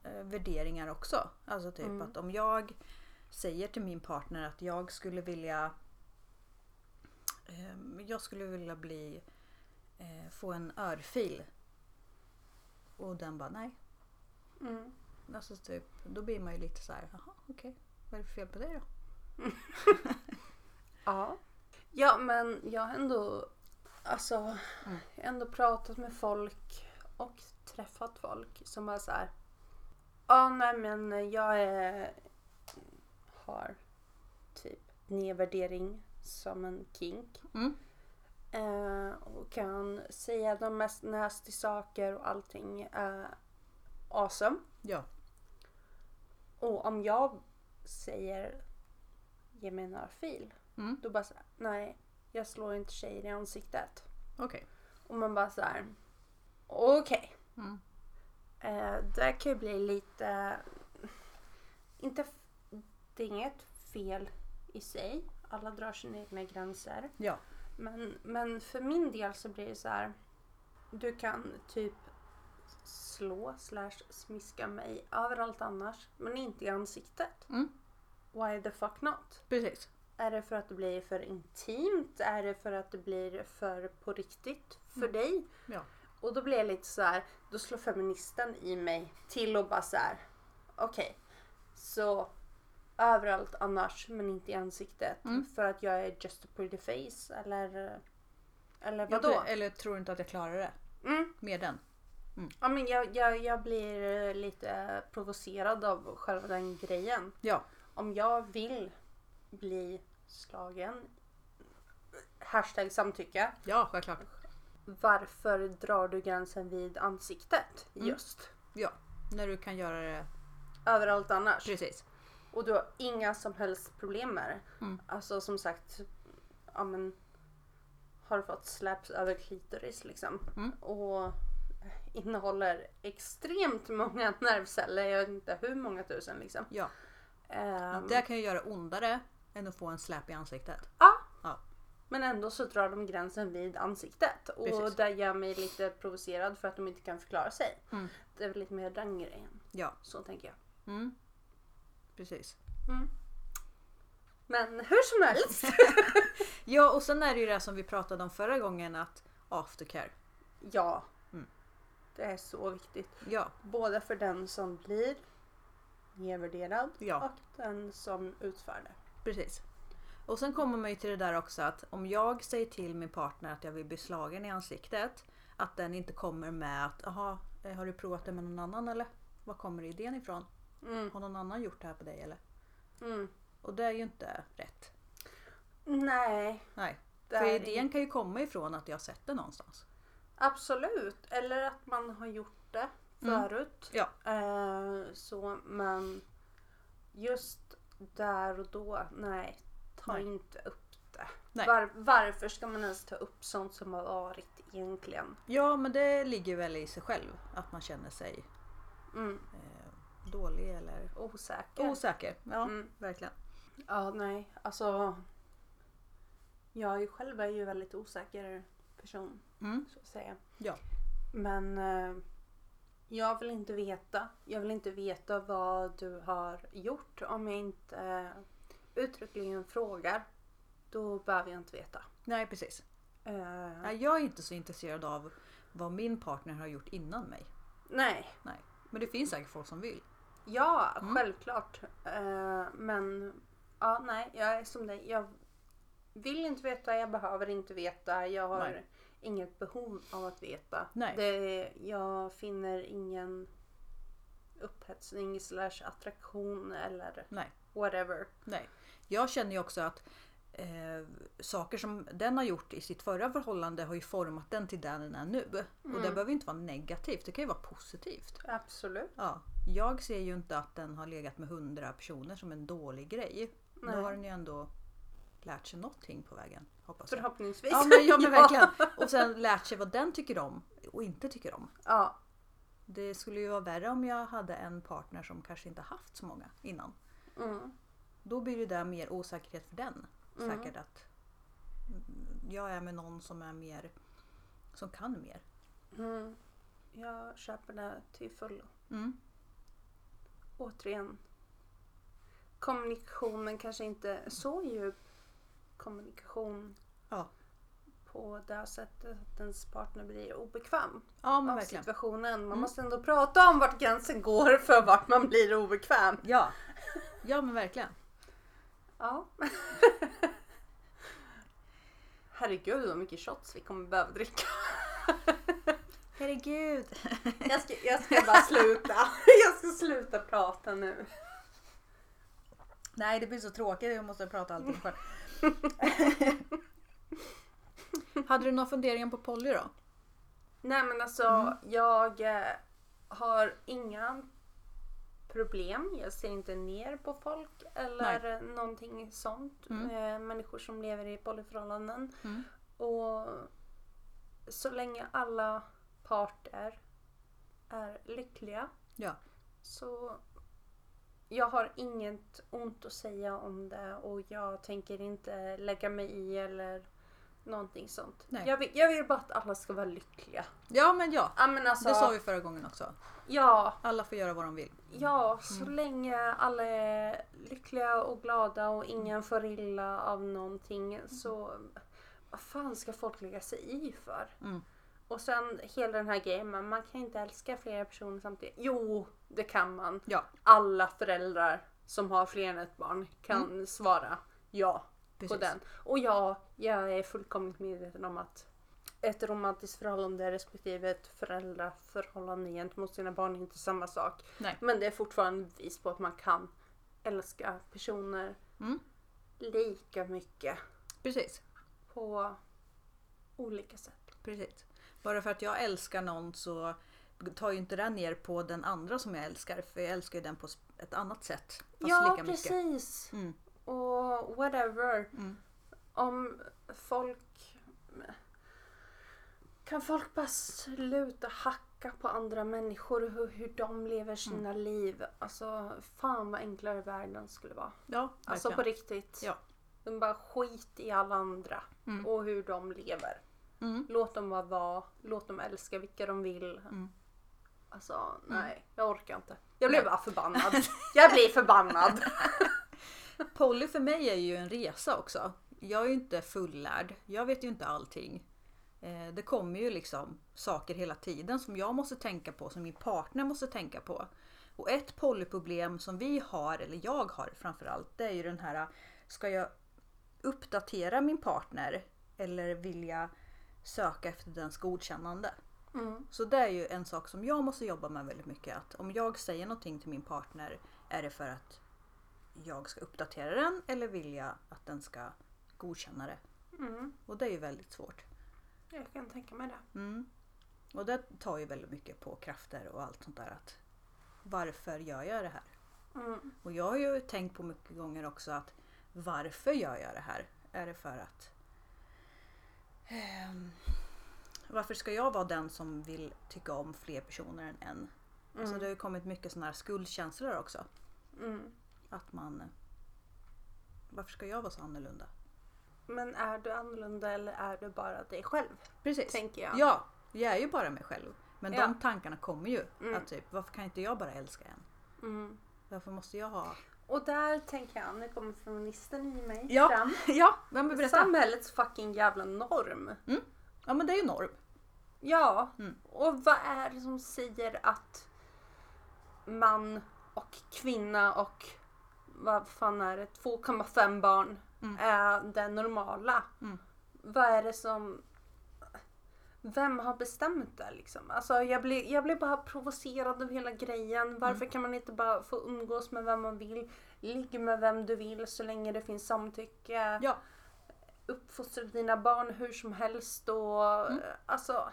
S2: eh, värderingar också. Alltså typ
S1: Mm.
S2: att om jag säger till min partner att jag skulle vilja ehm, jag skulle vilja bli eh, få en örfil. Och den bara nej.
S1: Mm.
S2: Alltså typ, då blir man ju lite så här, jaha okej, vad är det för fel på det då?
S1: Ja. Ja men jag har ändå, alltså, jag har ändå pratat med folk och träffat folk som bara såhär. Ja nej men jag är, har typ nedvärdering som en kink.
S2: Mm.
S1: Eh, och kan säga de mest nasty saker och allting är awesome.
S2: Ja.
S1: Och om jag säger ge mig en örfil.
S2: Mm.
S1: Då bara såhär, nej jag slår inte tjejer i ansiktet.
S2: Okej.
S1: Och man bara såhär, okej.
S2: Mm.
S1: Eh, det kan ju bli lite, inte, f- det är inget fel i sig. Alla drar sina egna gränser.
S2: Ja.
S1: Men, men för min del så blir det så här. Du kan typ slå slash smiska mig överallt annars men inte i ansiktet.
S2: Mm.
S1: Why the fuck not?
S2: Precis.
S1: Är det för att det blir för intimt? Är det för att det blir för på riktigt för dig?
S2: Ja.
S1: Och då blir jag lite så här. då slår feministen i mig till och bara så här. okej. så överallt annars men inte i ansiktet för att jag är just a pretty face eller eller
S2: Jag
S1: vadå?
S2: tror, eller tror inte att jag klarar det
S1: Mm.
S2: med den.
S1: Ja, men jag, jag, jag blir lite provocerad av själva den grejen.
S2: Ja.
S1: Om jag vill bli slagen, hashtag samtycke,
S2: Ja, självklart.
S1: varför drar du gränsen vid ansiktet
S2: Mm.
S1: just?
S2: Ja. När du kan göra det.
S1: Överallt annars.
S2: Precis.
S1: Och du har inga som helst problem med det.
S2: Mm.
S1: Alltså som sagt, ja men har fått slaps över klitoris liksom.
S2: Mm.
S1: Och innehåller extremt många nervceller, jag vet inte hur många tusen liksom.
S2: Ja.
S1: Ehm,
S2: Det kan ju göra ondare än att få en släp i ansiktet.
S1: ja.
S2: Ja.
S1: Men ändå så drar de gränsen vid ansiktet. Och
S2: Precis.
S1: det gör mig lite provocerad för att de inte kan förklara sig.
S2: Mm.
S1: Det är väl lite mer den grejen.
S2: Ja.
S1: Så tänker jag.
S2: Mm. Precis.
S1: Men hur som helst.
S2: Ja, och sen är det ju det som vi pratade om förra gången att aftercare.
S1: Ja.
S2: Mm.
S1: Det är så viktigt.
S2: Ja,
S1: Både för den som blir nedvärderad
S2: ja,
S1: och den som utför det.
S2: precis. Och sen kommer man ju till det där också att om jag säger till min partner att jag vill bli slagen i ansiktet att den inte kommer med att jaha, eh, har du provat det med någon annan eller? Var kommer idén ifrån?
S1: Mm.
S2: Har någon annan gjort det här på dig eller?
S1: Mm.
S2: Och det är ju inte rätt.
S1: Nej.
S2: Nej.
S1: det
S2: För
S1: är
S2: idén kan ju komma ifrån att jag sett det någonstans.
S1: Absolut, eller att man har gjort det
S2: Mm.
S1: förut.
S2: Ja.
S1: Eh, så, men just där och då, nej. Ta
S2: Nej.
S1: inte upp det.
S2: Nej.
S1: Var, varför ska man ens ta upp sånt som har varit egentligen?
S2: Ja, men det ligger väl i sig själv att man känner sig
S1: Mm.
S2: eh, dålig eller
S1: Osäker.
S2: osäker. Ja,
S1: Mm.
S2: verkligen.
S1: Ja, nej. Alltså. Jag är ju själv är ju en väldigt osäker person.
S2: Mm.
S1: Så att säga.
S2: Ja.
S1: Men eh, jag vill inte veta. Jag vill inte veta vad du har gjort om jag inte eh, uttryckligen frågar. Då behöver jag inte veta.
S2: Nej, precis.
S1: Eh,
S2: Nej, jag är inte så intresserad av vad min partner har gjort innan mig.
S1: nej.
S2: Nej. Men det finns säkert folk som vill.
S1: Ja,
S2: Mm.
S1: självklart. Eh, men ja, nej, jag är som dig. Jag vill inte veta, jag behöver inte veta. Jag har
S2: Nej.
S1: inget behov av att veta.
S2: Nej.
S1: Det, jag finner ingen upphetsning slash attraktion eller
S2: Nej.
S1: whatever.
S2: Nej. Jag känner ju också att eh, saker som den har gjort i sitt förra förhållande har ju format den till där den är nu. Och det behöver ju inte vara negativt, det kan ju vara positivt.
S1: Absolut.
S2: Ja, jag ser ju inte att den har legat med hundra personer som en dålig grej.
S1: Nej.
S2: Då har den ju ändå lärt sig någonting på vägen. Hoppas jag.
S1: Förhoppningsvis.
S2: Ja men, ja men verkligen. Och sen lärt sig vad den tycker om och inte tycker om.
S1: Ja,
S2: Det skulle ju vara värre om jag hade en partner som kanske inte haft så många innan.
S1: mm.
S2: Då blir det där mer osäkerhet för den.
S1: Mm.
S2: Säkert att mm, jag är med någon som är mer som kan mer.
S1: Mm. Jag köper det till fullo.
S2: Mm.
S1: återigen kommunikationen kanske inte är så djup kommunikation
S2: Ja.
S1: på det sättet att ens partner blir obekväm
S2: Ja men
S1: av
S2: verkligen.
S1: situationen. Man
S2: Mm.
S1: måste ändå prata om vart gränsen går för vart man blir obekväm.
S2: Ja. ja men verkligen.
S1: Ja. Herregud vad mycket shots vi kommer behöva dricka.
S2: Herregud.
S1: Jag ska, jag ska bara sluta. Jag ska sluta prata nu.
S2: Nej, det blir så tråkigt. Jag måste prata allting själv. Hade du några funderingar på Polly då?
S1: Nej men alltså
S2: Mm.
S1: jag eh, har inga problem. Jag ser inte ner på folk eller någonting sånt.
S2: Mm.
S1: Eh, människor som lever i polyförhållanden.
S2: Mm.
S1: Och så länge alla parter är lyckliga
S2: Ja.
S1: så jag har inget ont att säga om det och jag tänker inte lägga mig i eller någonting sånt.
S2: Nej.
S1: Jag vill, jag vill bara att alla ska vara lyckliga.
S2: Ja, men ja.
S1: Ja men alltså.
S2: Det sa vi förra gången också.
S1: Ja,
S2: Alla får göra vad de vill.
S1: ja så
S2: Mm.
S1: länge alla är lyckliga och glada och ingen får illa av någonting
S2: Mm.
S1: så vad fan ska folk lägga sig i för?
S2: Mm.
S1: Och sen hela den här grejen med man kan inte älska flera personer samtidigt. Jo, det kan man.
S2: Ja,
S1: Alla föräldrar som har fler än ett barn kan
S2: Mm.
S1: svara ja
S2: precis.
S1: på den. Och ja, jag är fullkomligt medveten om att ett romantiskt förhållande respektive ett föräldraförhållande gentemot sina barn är inte samma sak.
S2: Nej.
S1: Men det är fortfarande bevis på att man kan älska personer
S2: Mm.
S1: lika mycket
S2: Precis.
S1: på olika sätt.
S2: precis. Bara för att jag älskar någon så tar ju inte den ner på den andra som jag älskar. För jag älskar ju den på ett annat sätt. Fast Alltså lika mycket.
S1: precis.
S2: Mm.
S1: Och whatever.
S2: Mm.
S1: Om folk... Kan folk bara sluta hacka på andra människor och hur, hur de lever sina
S2: Mm.
S1: liv? Alltså fan vad enklare världen skulle vara.
S2: Ja, verkligen.
S1: Alltså på riktigt.
S2: Ja.
S1: De bara skit i alla andra
S2: Mm.
S1: och hur de lever.
S2: Mm.
S1: Låt dem bara vara, låt dem älska vilka de vill.
S2: Mm.
S1: Alltså nej, jag orkar inte. Jag blev bara förbannad. Jag blir förbannad.
S2: Polly för mig är ju en resa också. Jag är ju inte fullärd. Jag vet ju inte allting. Eh, Det kommer ju liksom saker hela tiden som jag måste tänka på, som min partner måste tänka på. Och ett polyproblem som vi har, eller jag har framförallt, det är ju den här Ska jag uppdatera min partner eller vill jag söka efter dens godkännande?
S1: Mm.
S2: Så det är ju en sak som jag måste jobba med väldigt mycket. Att om jag säger någonting till min partner, är det för att jag ska uppdatera den eller vill jag att den ska godkänna det?
S1: Mm.
S2: Och det är ju väldigt svårt.
S1: Jag kan tänka mig det.
S2: Mm. Och det tar ju väldigt mycket på krafter och allt sånt där. Att varför gör jag det här?
S1: Mm.
S2: Och jag har ju tänkt på mycket gånger också att varför gör jag det här? Är det för att... Ehm, varför ska jag vara den som vill tycka om fler personer än en? Alltså det har ju kommit mycket sådana här skuldkänslor också.
S1: Mm.
S2: Att man... Varför ska jag vara så annorlunda?
S1: Men är du annorlunda eller är du bara dig själv?
S2: Precis.
S1: Tänker jag.
S2: Ja, jag är ju bara mig själv. Men
S1: Ja.
S2: de tankarna kommer ju.
S1: Mm.
S2: Att typ, varför kan inte jag bara älska en?
S1: Mm.
S2: Varför måste jag ha...
S1: Och där tänker jag, nu kommer feministen i mig
S2: Ja.
S1: fram.
S2: Ja, men berätta.
S1: Samhällets fucking jävla norm.
S2: Ja men det är ju norm.
S1: Ja,
S2: Mm.
S1: och vad är det som säger att man och kvinna och vad fan är det, 2,5 barn
S2: Mm.
S1: är det normala?
S2: Mm.
S1: Vad är det som... Vem har bestämt det liksom? Alltså jag blir, jag blir bara provocerad av hela
S2: Mm.
S1: grejen. Varför kan man inte bara få umgås med vem man vill? Ligga med vem du vill så länge det finns samtycke.
S2: Ja.
S1: Uppfostra dina barn hur som helst och...
S2: Mm.
S1: Alltså...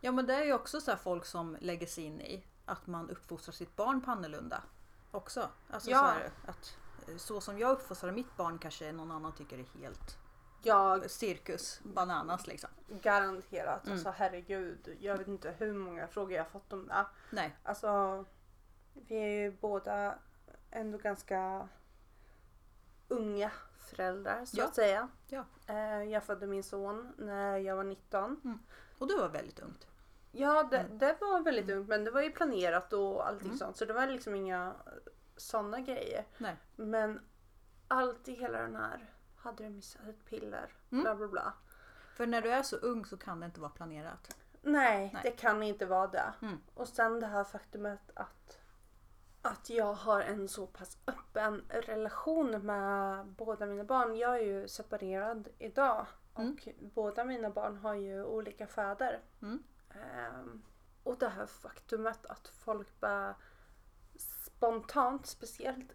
S2: Ja men det är ju också så här folk som lägger sig in i att man uppfostrar sitt barn på annorlunda. Också. Alltså
S1: Ja.
S2: så, här, att, eh, så som jag uppfostrar mitt barn kanske någon annan tycker är helt
S1: Jag
S2: Mm. cirkus, bananas liksom.
S1: garanterat.
S2: Mm.
S1: Alltså herregud, jag vet inte hur många frågor jag har fått om det.
S2: Nej.
S1: Alltså, vi är ju båda ändå ganska unga föräldrar så
S2: Ja.
S1: att säga.
S2: Ja.
S1: Eh, Jag födde min son när jag var 19.
S2: Och du var väldigt ungt.
S1: Ja, det,
S2: Mm.
S1: det var väldigt ungt men det var ju planerat och allting sånt så det var liksom inga sådana grejer.
S2: Nej.
S1: Men allt i hela den här, hade du missat ett piller?
S2: Mm.
S1: Bla bla bla.
S2: För när du är så ung så kan det inte vara planerat.
S1: Nej,
S2: Nej.
S1: det kan inte vara det.
S2: Mm.
S1: Och sen det här faktumet att, att jag har en så pass öppen relation med båda mina barn. Jag är ju separerad idag och
S2: Mm.
S1: båda mina barn har ju olika fäder.
S2: Mm.
S1: Ehm, och det här faktumet att folk bara spontant, speciellt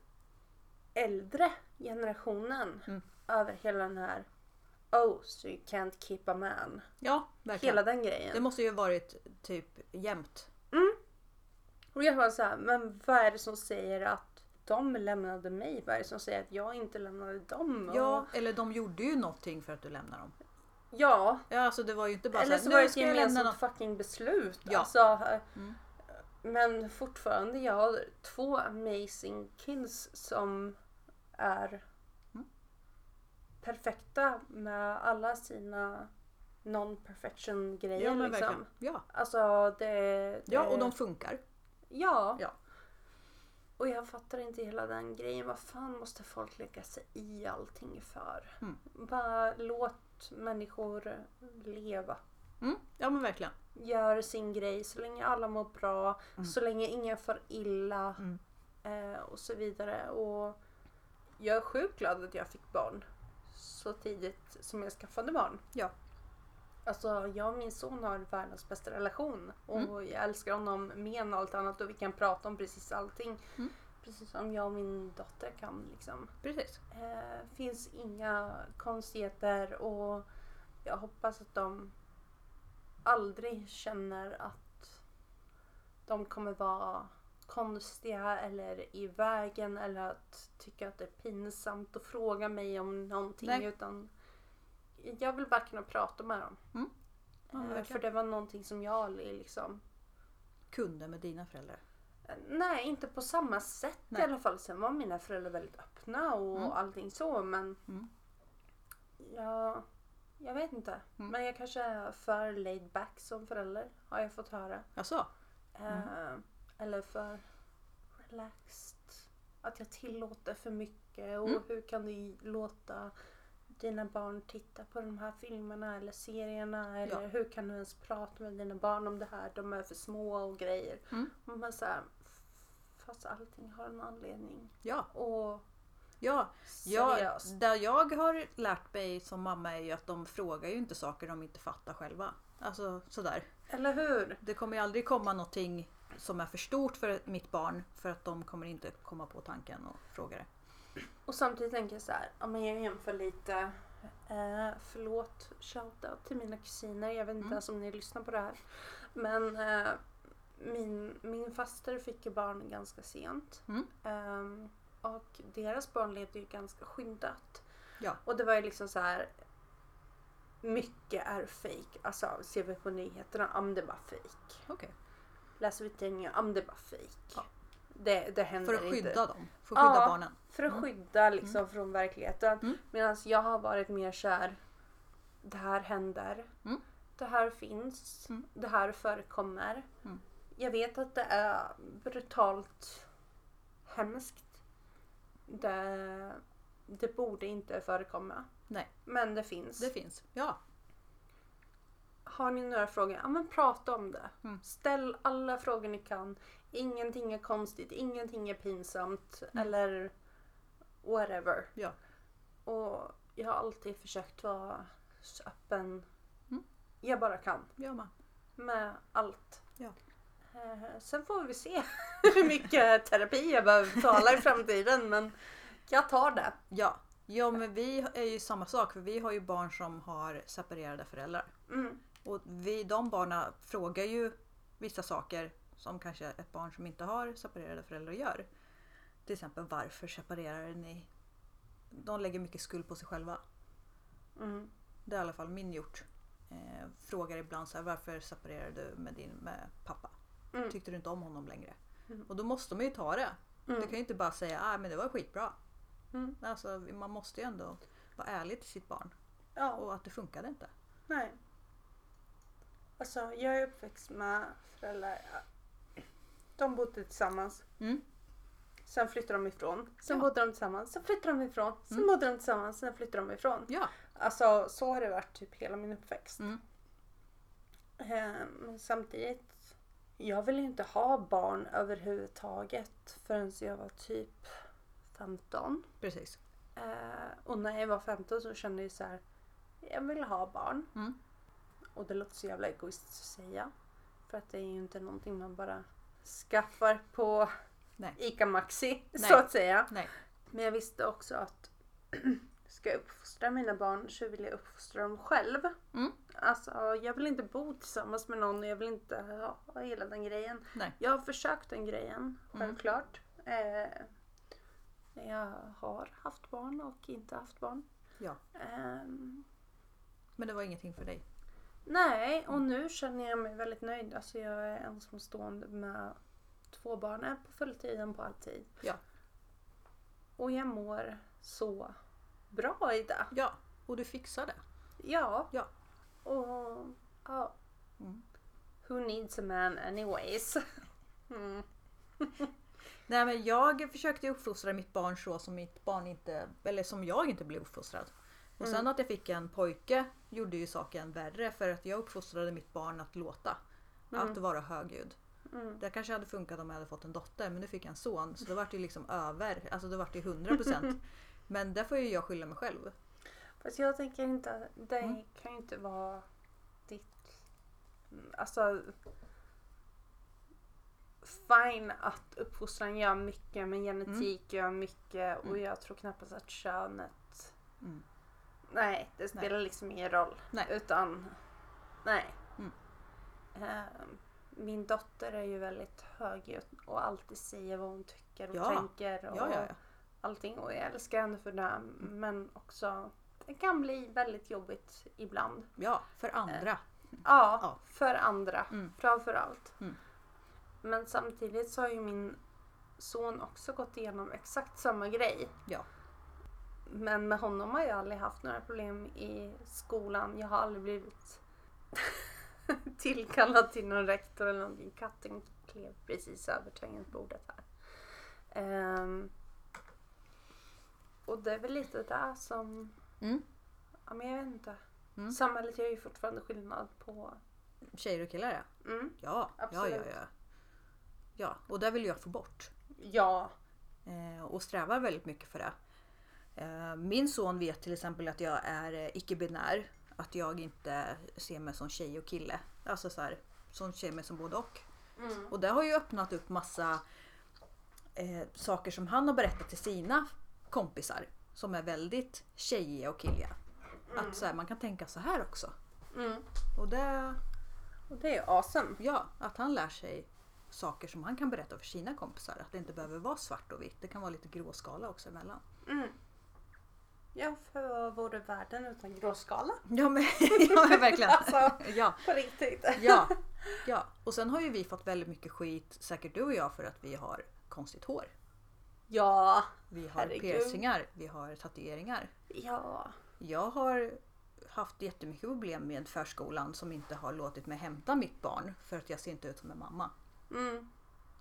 S1: äldre generationen
S2: Mm.
S1: över hela den här Oh, so you can't keep a man.
S2: Ja, verkligen.
S1: Hela den grejen.
S2: Det måste ju varit typ jämnt.
S1: Och jag var så här, men vad är det som säger att de lämnade mig? Vad är det som säger att jag inte lämnade dem?
S2: Ja,
S1: Och,
S2: eller de gjorde ju någonting för att du lämnade dem.
S1: ja.
S2: Ja, alltså det var ju inte bara
S1: eller
S2: så
S1: så
S2: här,
S1: var det
S2: nu
S1: ett
S2: ska jag lämna någon.
S1: gemensamt fucking beslut.
S2: Ja. Mm.
S1: Alltså, eh, Men fortfarande, jag har två amazing kids som är
S2: Mm.
S1: perfekta med alla sina non-perfection grejer.
S2: Ja, men
S1: liksom.
S2: verkligen. Ja.
S1: Alltså det, det...
S2: ja, och de funkar.
S1: Ja.
S2: Ja.
S1: Och jag fattar inte hela den grejen. Vad fan måste folk lägga sig i allting för?
S2: Mm.
S1: Bara låt människor leva.
S2: Mm. Ja, men verkligen.
S1: Gör sin grej så länge alla mår bra. Så länge ingen far illa.
S2: Mm.
S1: Eh, och så vidare. Och jag är sjukt glad att jag fick barn. Så tidigt som jag skaffade barn.
S2: Ja.
S1: Alltså jag och min son har världens bästa relation och
S2: Mm.
S1: jag älskar honom mer än allt annat och vi kan prata om precis allting.
S2: Mm.
S1: Precis som jag och min dotter kan liksom.
S2: Precis.
S1: Eh, finns inga konstigheter och jag hoppas att de aldrig känner att de kommer vara konstiga eller i vägen eller att tycka att det är pinsamt att fråga mig om någonting
S2: Nej.
S1: utan jag vill bara kunna prata med dem.
S2: Mm. Ja, men
S1: Eh,
S2: verkligen.
S1: för det var någonting som jag aldrig liksom...
S2: kunde med dina föräldrar.
S1: eh, Nej, inte på samma sätt
S2: Nej.
S1: i alla fall. Sen var mina föräldrar väldigt öppna och allting så men...
S2: Mm.
S1: Ja, jag
S2: Mm.
S1: vet inte. Men jag kanske är för laid back som förälder har jag fått höra.
S2: Alltså,
S1: Eh, eller för relaxed. Att jag tillåter för mycket och
S2: Mm.
S1: hur kan du låta dina barn titta på de här filmerna eller serierna eller hur kan du ens prata med dina barn om det här? De är för små och grejer.
S2: Mm.
S1: Men så här, fast allting har en anledning.
S2: Ja,
S1: Och
S2: ja. Jag,
S1: seriöst.
S2: där jag har lärt mig som mamma är ju att de frågar ju inte saker de inte fattar själva. Alltså sådär.
S1: Eller hur?
S2: Det kommer ju aldrig komma någonting som är för stort för mitt barn för att de kommer inte komma på tanken och fråga det.
S1: Och samtidigt tänker jag så här, ja, men jag jämför lite. Eh, förlåt, shoutout till mina kusiner. Jag vet inte
S2: Mm.
S1: ens om ni lyssnar på det här. Men eh, min, min faster fick ju barn ganska sent.
S2: Mm.
S1: Ehm, och deras barn levde ju ganska skyddat.
S2: Ja.
S1: Och det var ju liksom så här. Mycket är fake. Alltså ser vi på nyheterna, ja men det är bara fake.
S2: Okej.
S1: Läser vi tidningen, ja men det är bara fake.
S2: Ja.
S1: Det, det händer
S2: För att
S1: inte.
S2: skydda dem. För att skydda
S1: Ja.
S2: barnen.
S1: För att skydda liksom från verkligheten.
S2: Mm.
S1: Medan jag har varit mer såhär. Det här händer.
S2: Mm.
S1: Det här finns.
S2: Mm.
S1: Det här förekommer.
S2: Mm.
S1: Jag vet att det är brutalt hemskt. Det, det borde inte förekomma.
S2: Nej.
S1: Men det finns.
S2: Det finns. Ja.
S1: Har ni några frågor? Ja men prata om det.
S2: Mm.
S1: Ställ alla frågor ni kan. Ingenting är konstigt, ingenting är pinsamt eller whatever.
S2: Mm. Ja.
S1: Och jag har alltid försökt vara så öppen
S2: Mm.
S1: jag bara kan
S2: Jag med.
S1: med allt.
S2: Ja.
S1: Eh, Sen får vi se hur mycket terapi jag behöver betala i framtiden men jag tar det.
S2: Ja. Ja men vi är ju samma sak för vi har ju barn som har separerade föräldrar.
S1: Mm.
S2: Och vi, de barnen frågar ju vissa saker som kanske ett barn som inte har separerade föräldrar gör. Till exempel varför separerar ni? De lägger mycket skuld på sig själva.
S1: Mm.
S2: Det har i alla fall min gjort. Eh, frågar ibland så här, varför separerade du med din med pappa?
S1: Mm.
S2: Tyckte du inte om honom längre?
S1: Mm.
S2: Och då måste man ju ta det.
S1: Mm.
S2: Du kan ju inte bara säga ah, men det var skitbra.
S1: Mm.
S2: Alltså, man måste ju ändå vara ärlig till sitt barn.
S1: Ja.
S2: Och att det funkade inte.
S1: Nej. Alltså jag är uppväxt med föräldrar. De bodde tillsammans.
S2: Mm.
S1: Sen flyttade de ifrån. Sen
S2: Ja.
S1: bodde de tillsammans. Sen flyttade de ifrån. Sen
S2: Mm.
S1: bodde de tillsammans. Sen flyttade de ifrån.
S2: Ja.
S1: Alltså så har det varit typ hela min uppväxt.
S2: Mm.
S1: Eh, Men samtidigt. Jag ville ju inte ha barn överhuvudtaget förrän jag var typ 15.
S2: Precis.
S1: Eh, och när jag var 15 så kände jag så här. Jag vill ha barn.
S2: Mm.
S1: Och det låter så jävla egoistiskt att säga. För att det är ju inte någonting man bara skaffar på
S2: Nej.
S1: ICA Maxi
S2: Nej.
S1: så att säga.
S2: Nej.
S1: Men jag visste också att ska jag uppfostra mina barn så vill jag uppfostra dem själv.
S2: Mm.
S1: Alltså jag vill inte bo tillsammans med någon och jag vill inte ha hela den grejen.
S2: Nej. Mm.
S1: Jag har försökt den grejen, självklart. Eh, när jag har haft barn och inte haft barn.
S2: Ja.
S1: Ehm,
S2: Men det var ingenting för dig.
S1: nej, och nu känner jag mig väldigt nöjd. Alltså jag är ensamstående med två barn, är på fulltiden på alltid.
S2: Ja.
S1: Och jag mår så bra i det.
S2: Ja, och du fixar det.
S1: Ja.
S2: Ja.
S1: Och ja.
S2: Mm.
S1: Who needs a man anyways? Mm.
S2: Nej men jag försökte ju uppfostra mitt barn så som mitt barn inte, eller som jag inte blev uppfostrad. Och
S1: Mm.
S2: sen att jag fick en pojke gjorde ju saken värre för att jag uppfostrade mitt barn att låta. Att vara högljudd.
S1: Mm.
S2: Det kanske hade funkat om jag hade fått en dotter men nu fick jag en son så då vart det ju liksom över, alltså då vart det ju 100%. men där får ju jag skylla mig själv.
S1: Fast jag tänker inte, det
S2: Mm.
S1: kan ju inte vara ditt... Alltså... Fine att uppfostran gör mycket men genetik gör mycket och jag tror knappast att könet...
S2: Mm.
S1: Nej, det spelar liksom ingen roll.
S2: Nej.
S1: Utan... Nej.
S2: Mm.
S1: Ehm, min dotter är ju väldigt högljudd och alltid säger vad hon tycker och
S2: Ja.
S1: tänker. Och
S2: Ja, ja, ja.
S1: allting och jag älskar henne för det men också det kan bli väldigt jobbigt ibland.
S2: ja för andra.
S1: Äh. Ja,
S2: Ja.
S1: för andra
S2: Mm.
S1: framför allt.
S2: Mm.
S1: Men samtidigt så har ju min son också gått igenom exakt samma grej.
S2: Ja.
S1: Men med honom har jag aldrig haft några problem i skolan. Jag har aldrig blivit tillkallad till någon rektor eller någonting. Cutting klev precis över tangentbordet här. Ehm, och det är väl lite där som,
S2: Mm.
S1: ja men jag vet inte.
S2: Mm.
S1: Samhället gör ju fortfarande skillnad på,
S2: Tjejer och killar ja.
S1: mm,
S2: Ja, ja, ja,
S1: Absolut.
S2: ja. Ja, och det vill jag få bort.
S1: ja,
S2: Eh, och strävar väldigt mycket för det. Eh, min son vet till exempel att jag är eh, icke-binär. Att jag inte ser mig som tjej och kille. Alltså så här, som ser mig som både och.
S1: Mm.
S2: Och det har ju öppnat upp massa eh, saker som han har berättat till sina kompisar. Som är väldigt tjejiga och killiga. Att så här, man kan tänka så här också.
S1: mm.
S2: Och det,
S1: och det är ju awesome.
S2: ja, att han lär sig saker som han kan berätta för sina kompisar. Att det inte behöver vara svart och vitt. Det kan vara lite gråskala också emellan.
S1: Mm. Ja, för vad vore världen utan gråskala?
S2: Ja men, ja, men verkligen.
S1: Alltså.
S2: Ja,
S1: På riktigt.
S2: ja, ja. Och sen har ju vi fått väldigt mycket skit, säkert du och jag, för att vi har konstigt hår.
S1: Ja.
S2: Vi har
S1: Herregud.
S2: piercingar, vi har tatueringar.
S1: Ja.
S2: Jag har haft jättemycket problem med förskolan som inte har låtit mig hämta mitt barn för att jag ser inte ut som en mamma.
S1: Mm.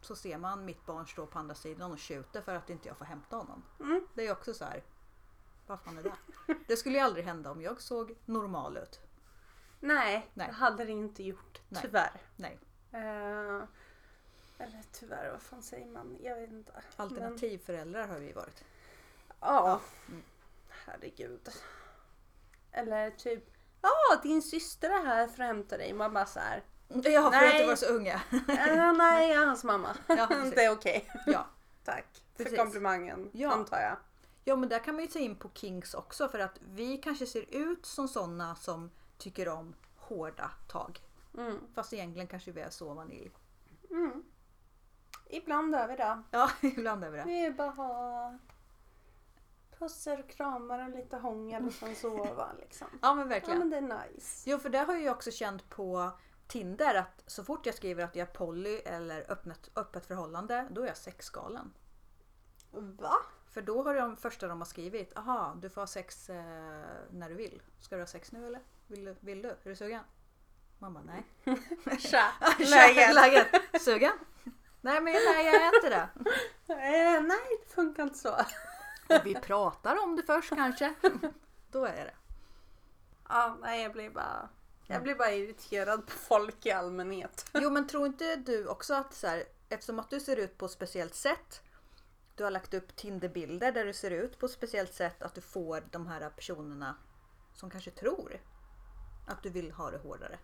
S2: Så ser man mitt barn stå på andra sidan och tjuter för att inte jag får hämta honom.
S1: Mm.
S2: Det är ju också så här. Vad fan är det? Det skulle ju aldrig hända om jag såg normal ut.
S1: Nej,
S2: Nej.
S1: det hade det inte gjort.
S2: Nej.
S1: Tyvärr.
S2: Nej.
S1: Eh, eller tyvärr, vad fan säger man? Jag vet inte.
S2: Alternativföräldrar har vi varit.
S1: Ja. Mm. Herregud. Eller typ, ja din syster är här för att hämta dig. Man bara såhär,
S2: Ja, för att
S1: Nej.
S2: du var så unga.
S1: äh, nej jag är hans mamma.
S2: Ja, precis.
S1: det är okej.
S2: Ja.
S1: Tack
S2: Precis.
S1: för komplimangen
S2: Ja.
S1: antar jag.
S2: ja, men där kan man ju ta in på Kings också för att vi kanske ser ut som sådana som tycker om hårda tag.
S1: Mm.
S2: Fast egentligen kanske vi är så vanilj.
S1: Mm. Ibland är vi det.
S2: Ja, ibland är vi det.
S1: Vi vill bara ha pussar och kramar och lite hångel och sen sova liksom.
S2: Ja, men
S1: Ja
S2: verkligen.
S1: men det är nice.
S2: Jo, för det har jag ju också känt på Tinder att så fort jag skriver att jag är poly eller öppet, öppet förhållande, då är jag sexgalen.
S1: Va?
S2: För då har de första de har skrivit, aha, du får ha sex eh, när du vill. Ska du ha sex nu eller? Vill du? Vill du? Är du sugen? Man bara, nej.
S1: Tja!
S2: Läget.
S1: Läget?
S2: Läget. Sugen? Nej men nej, jag är inte det.
S1: Eh, nej, det funkar inte så.
S2: Och vi pratar om det först kanske. Då är jag det.
S1: Ja, nej jag blir bara... Jag blir bara irriterad på folk i allmänhet.
S2: Jo men tror inte du också att så här, eftersom att du ser ut på ett speciellt sätt. Du har lagt upp Tinderbilder där du ser ut på ett speciellt sätt. Att du får de här personerna som kanske tror att du vill ha det hårdare.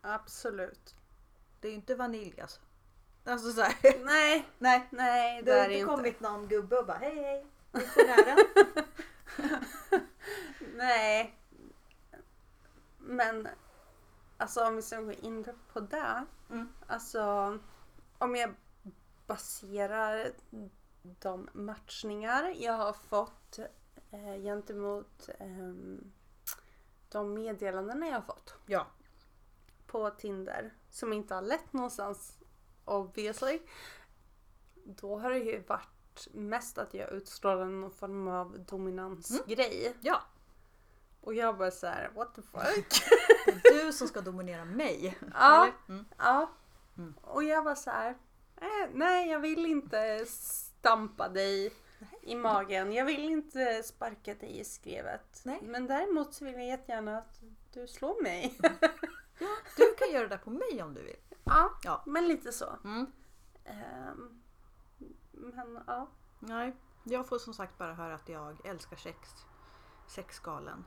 S1: Absolut.
S2: Det är ju inte vanilj alltså. Alltså så här.
S1: Nej,
S2: Nej.
S1: nej
S2: Det
S1: det
S2: har
S1: är
S2: inte
S1: det inte.
S2: kommit någon gubbe och bara hej hej. Missionären.
S1: Nej. Men alltså om vi ska gå in på det.
S2: Mm.
S1: Alltså om jag baserar de matchningar jag har fått eh, gentemot ehm, de meddelandena jag har fått
S2: ja.
S1: på Tinder som inte har lett någonstans obviously. Då har det ju varit mest att jag utstrålar någon form av dominansgrej.
S2: Ja.
S1: Och jag bara så här, what the fuck?
S2: Det är du som ska dominera mig.
S1: ja,
S2: Eller? Mm.
S1: ja.
S2: Mm.
S1: Och jag bara så här, eh, nej jag vill inte stampa dig i magen. Jag vill inte sparka dig i skrevet.
S2: Nej.
S1: Men däremot så vill jag jättegärna att du slår mig.
S2: Mm. Ja, du kan göra det där på mig om du vill.
S1: ja,
S2: Ja.
S1: men lite så.
S2: Mm.
S1: Ehm, men ja.
S2: Nej, jag får som sagt bara höra att jag älskar sex. Sexskalen.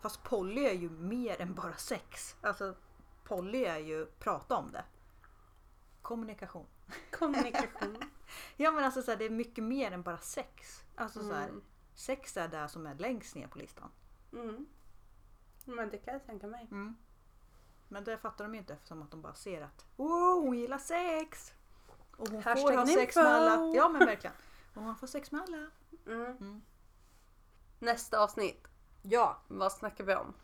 S2: Fast poly är ju mer än bara sex. Alltså poly är ju prata om det. Kommunikation.
S1: Kommunikation.
S2: Ja men alltså så här, det är mycket mer än bara sex. Alltså så här,
S1: Mm.
S2: sex är det som är längst ner på listan.
S1: Mm. Men det kan jag tänka mig.
S2: Mm. Men det fattar de ju inte eftersom att de bara ser att wow, hon gillar sex! Och hon får
S1: Hashtag
S2: ha sex
S1: nympho.
S2: med alla. Ja men verkligen. Och hon får sex med alla.
S1: Mm.
S2: Mm.
S1: Nästa avsnitt,
S2: Ja,
S1: vad snackar vi om?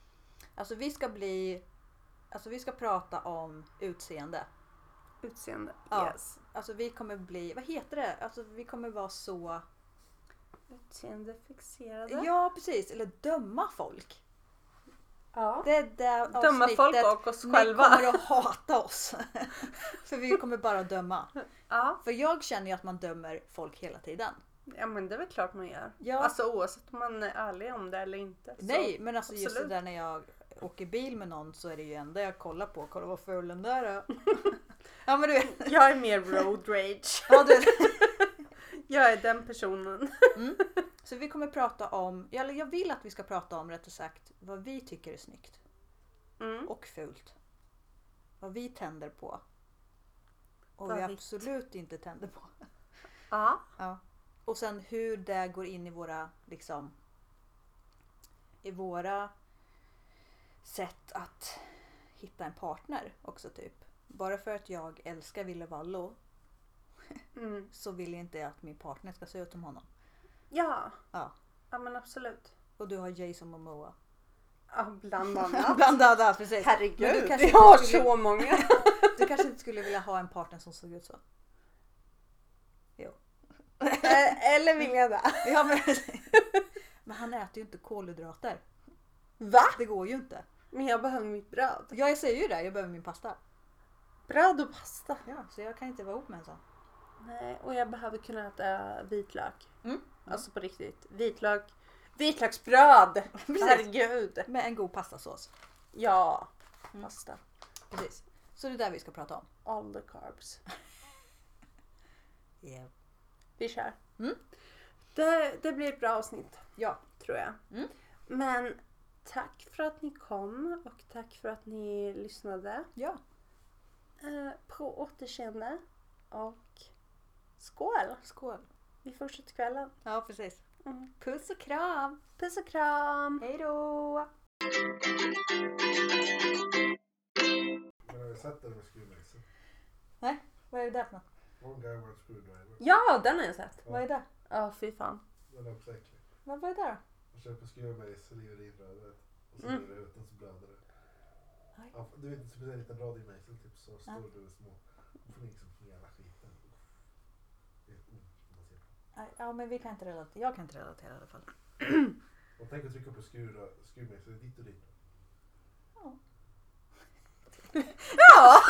S2: Alltså vi ska bli... Alltså vi ska prata om utseende.
S1: Utseende.
S2: Ja.
S1: Yes.
S2: Alltså vi kommer bli... Vad heter det? Alltså vi kommer vara så...
S1: Utseendefixerade.
S2: Ja precis, eller döma folk.
S1: Ja.
S2: Det är det
S1: Döma folk
S2: avsnittet
S1: och oss
S2: ni
S1: själva.
S2: kommer att hata oss. För vi kommer bara att döma.
S1: Ja.
S2: För jag känner ju att man dömer folk hela tiden.
S1: ja, men det är väl klart man gör.
S2: Ja.
S1: Alltså oavsett om man är ärlig om det eller inte. Så.
S2: Nej, men alltså just det
S1: absolut.
S2: där när jag åker bil med någon så är det ju enda jag kollar på. Kolla vad ful den där är. ja men du vet.
S1: Jag är mer road rage.
S2: Ja, du,
S1: Jag är den personen.
S2: så vi kommer prata om, eller jag vill att vi ska prata om rättare sagt vad vi tycker är snyggt
S1: Mm.
S2: och fult. Vad vi tänder på. Och
S1: Vad
S2: vi
S1: vi-
S2: absolut inte tänder på.
S1: Ja.
S2: Ja. Och sen hur det går in i våra, liksom, i våra sätt att hitta en partner också typ. Bara för att jag älskar Ville Vallo
S1: Mm.
S2: så vill jag inte att min partner ska se ut som honom.
S1: ja.
S2: Ja.
S1: Ja men absolut.
S2: Och du har Jason Momoa.
S1: Ja, bland annat.
S2: Bland annat, precis. Men
S1: Herregud,
S2: du kanske,
S1: vi
S2: inte
S1: har
S2: skulle,
S1: så många.
S2: du kanske inte skulle vilja ha en partner som såg ut så? Jo.
S1: Eh, Eller vill jag det?
S2: Ja, men, men han äter ju inte kolhydrater.
S1: Va?
S2: Det går ju inte.
S1: Men jag behöver mitt bröd.
S2: Ja, jag säger ju det. Jag behöver min pasta.
S1: Bröd och pasta.
S2: Ja, så jag kan inte vara ihop med en sån.
S1: Nej, och jag behöver kunna äta vitlök.
S2: Mm.
S1: Alltså på riktigt. Vitlök. Vitlöksbröd! Herregud.
S2: Med en god pastasås.
S1: Ja. Pasta.
S2: Precis. Så det är där vi ska prata om.
S1: All the carbs.
S2: Yeah.
S1: Vi kör.
S2: Mm.
S1: Det, det blir ett bra avsnitt.
S2: Ja.
S1: tror jag.
S2: Mm.
S1: Men tack för att ni kom och tack för att ni lyssnade.
S2: Ja.
S1: Eh, på återseende och skål!
S2: Skål.
S1: Vi fortsätter kvällen.
S2: Ja, precis.
S1: Mm.
S2: Puss och kram.
S1: Puss och kram!
S2: Hej då.
S3: Men har du sett den med skruvmejseln?
S2: Nej, vad är det där för något?
S3: One guy one screwdriver.
S1: Ja, den har jag sett!
S2: Vad är det?
S1: Ja, fy fan.
S3: Den är också äcklig.
S2: Men vad är det där då?
S3: Man köper skruvmejsel i urinröret och så
S1: Mm.
S3: rör det ut den så blöder det.
S2: Aj.
S3: Ja, Du vet, typ en sån här liten radiomejsel typ så
S2: Ja.
S3: stor du är små. Då får ni liksom hela skiten. Det är ont när man ser på.
S2: Nej, Ja, men vi kan inte relatera. Jag kan inte relatera i alla fall.
S3: Och tänk att trycka på skruvra- skruvmejsel dit och dit.
S1: Ja!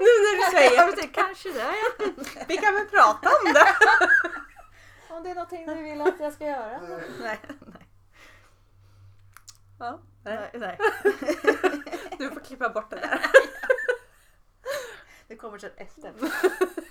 S1: nu när du säger
S2: precis. Kanske det. Ja.
S1: Vi kan väl prata om det?
S2: Om det är någonting du vill att jag ska göra.
S3: Nej.
S2: Nej. Nej.
S1: Ja,
S2: Nej. nej.
S1: Du får klippa bort det där.
S2: Det kommer sen efter.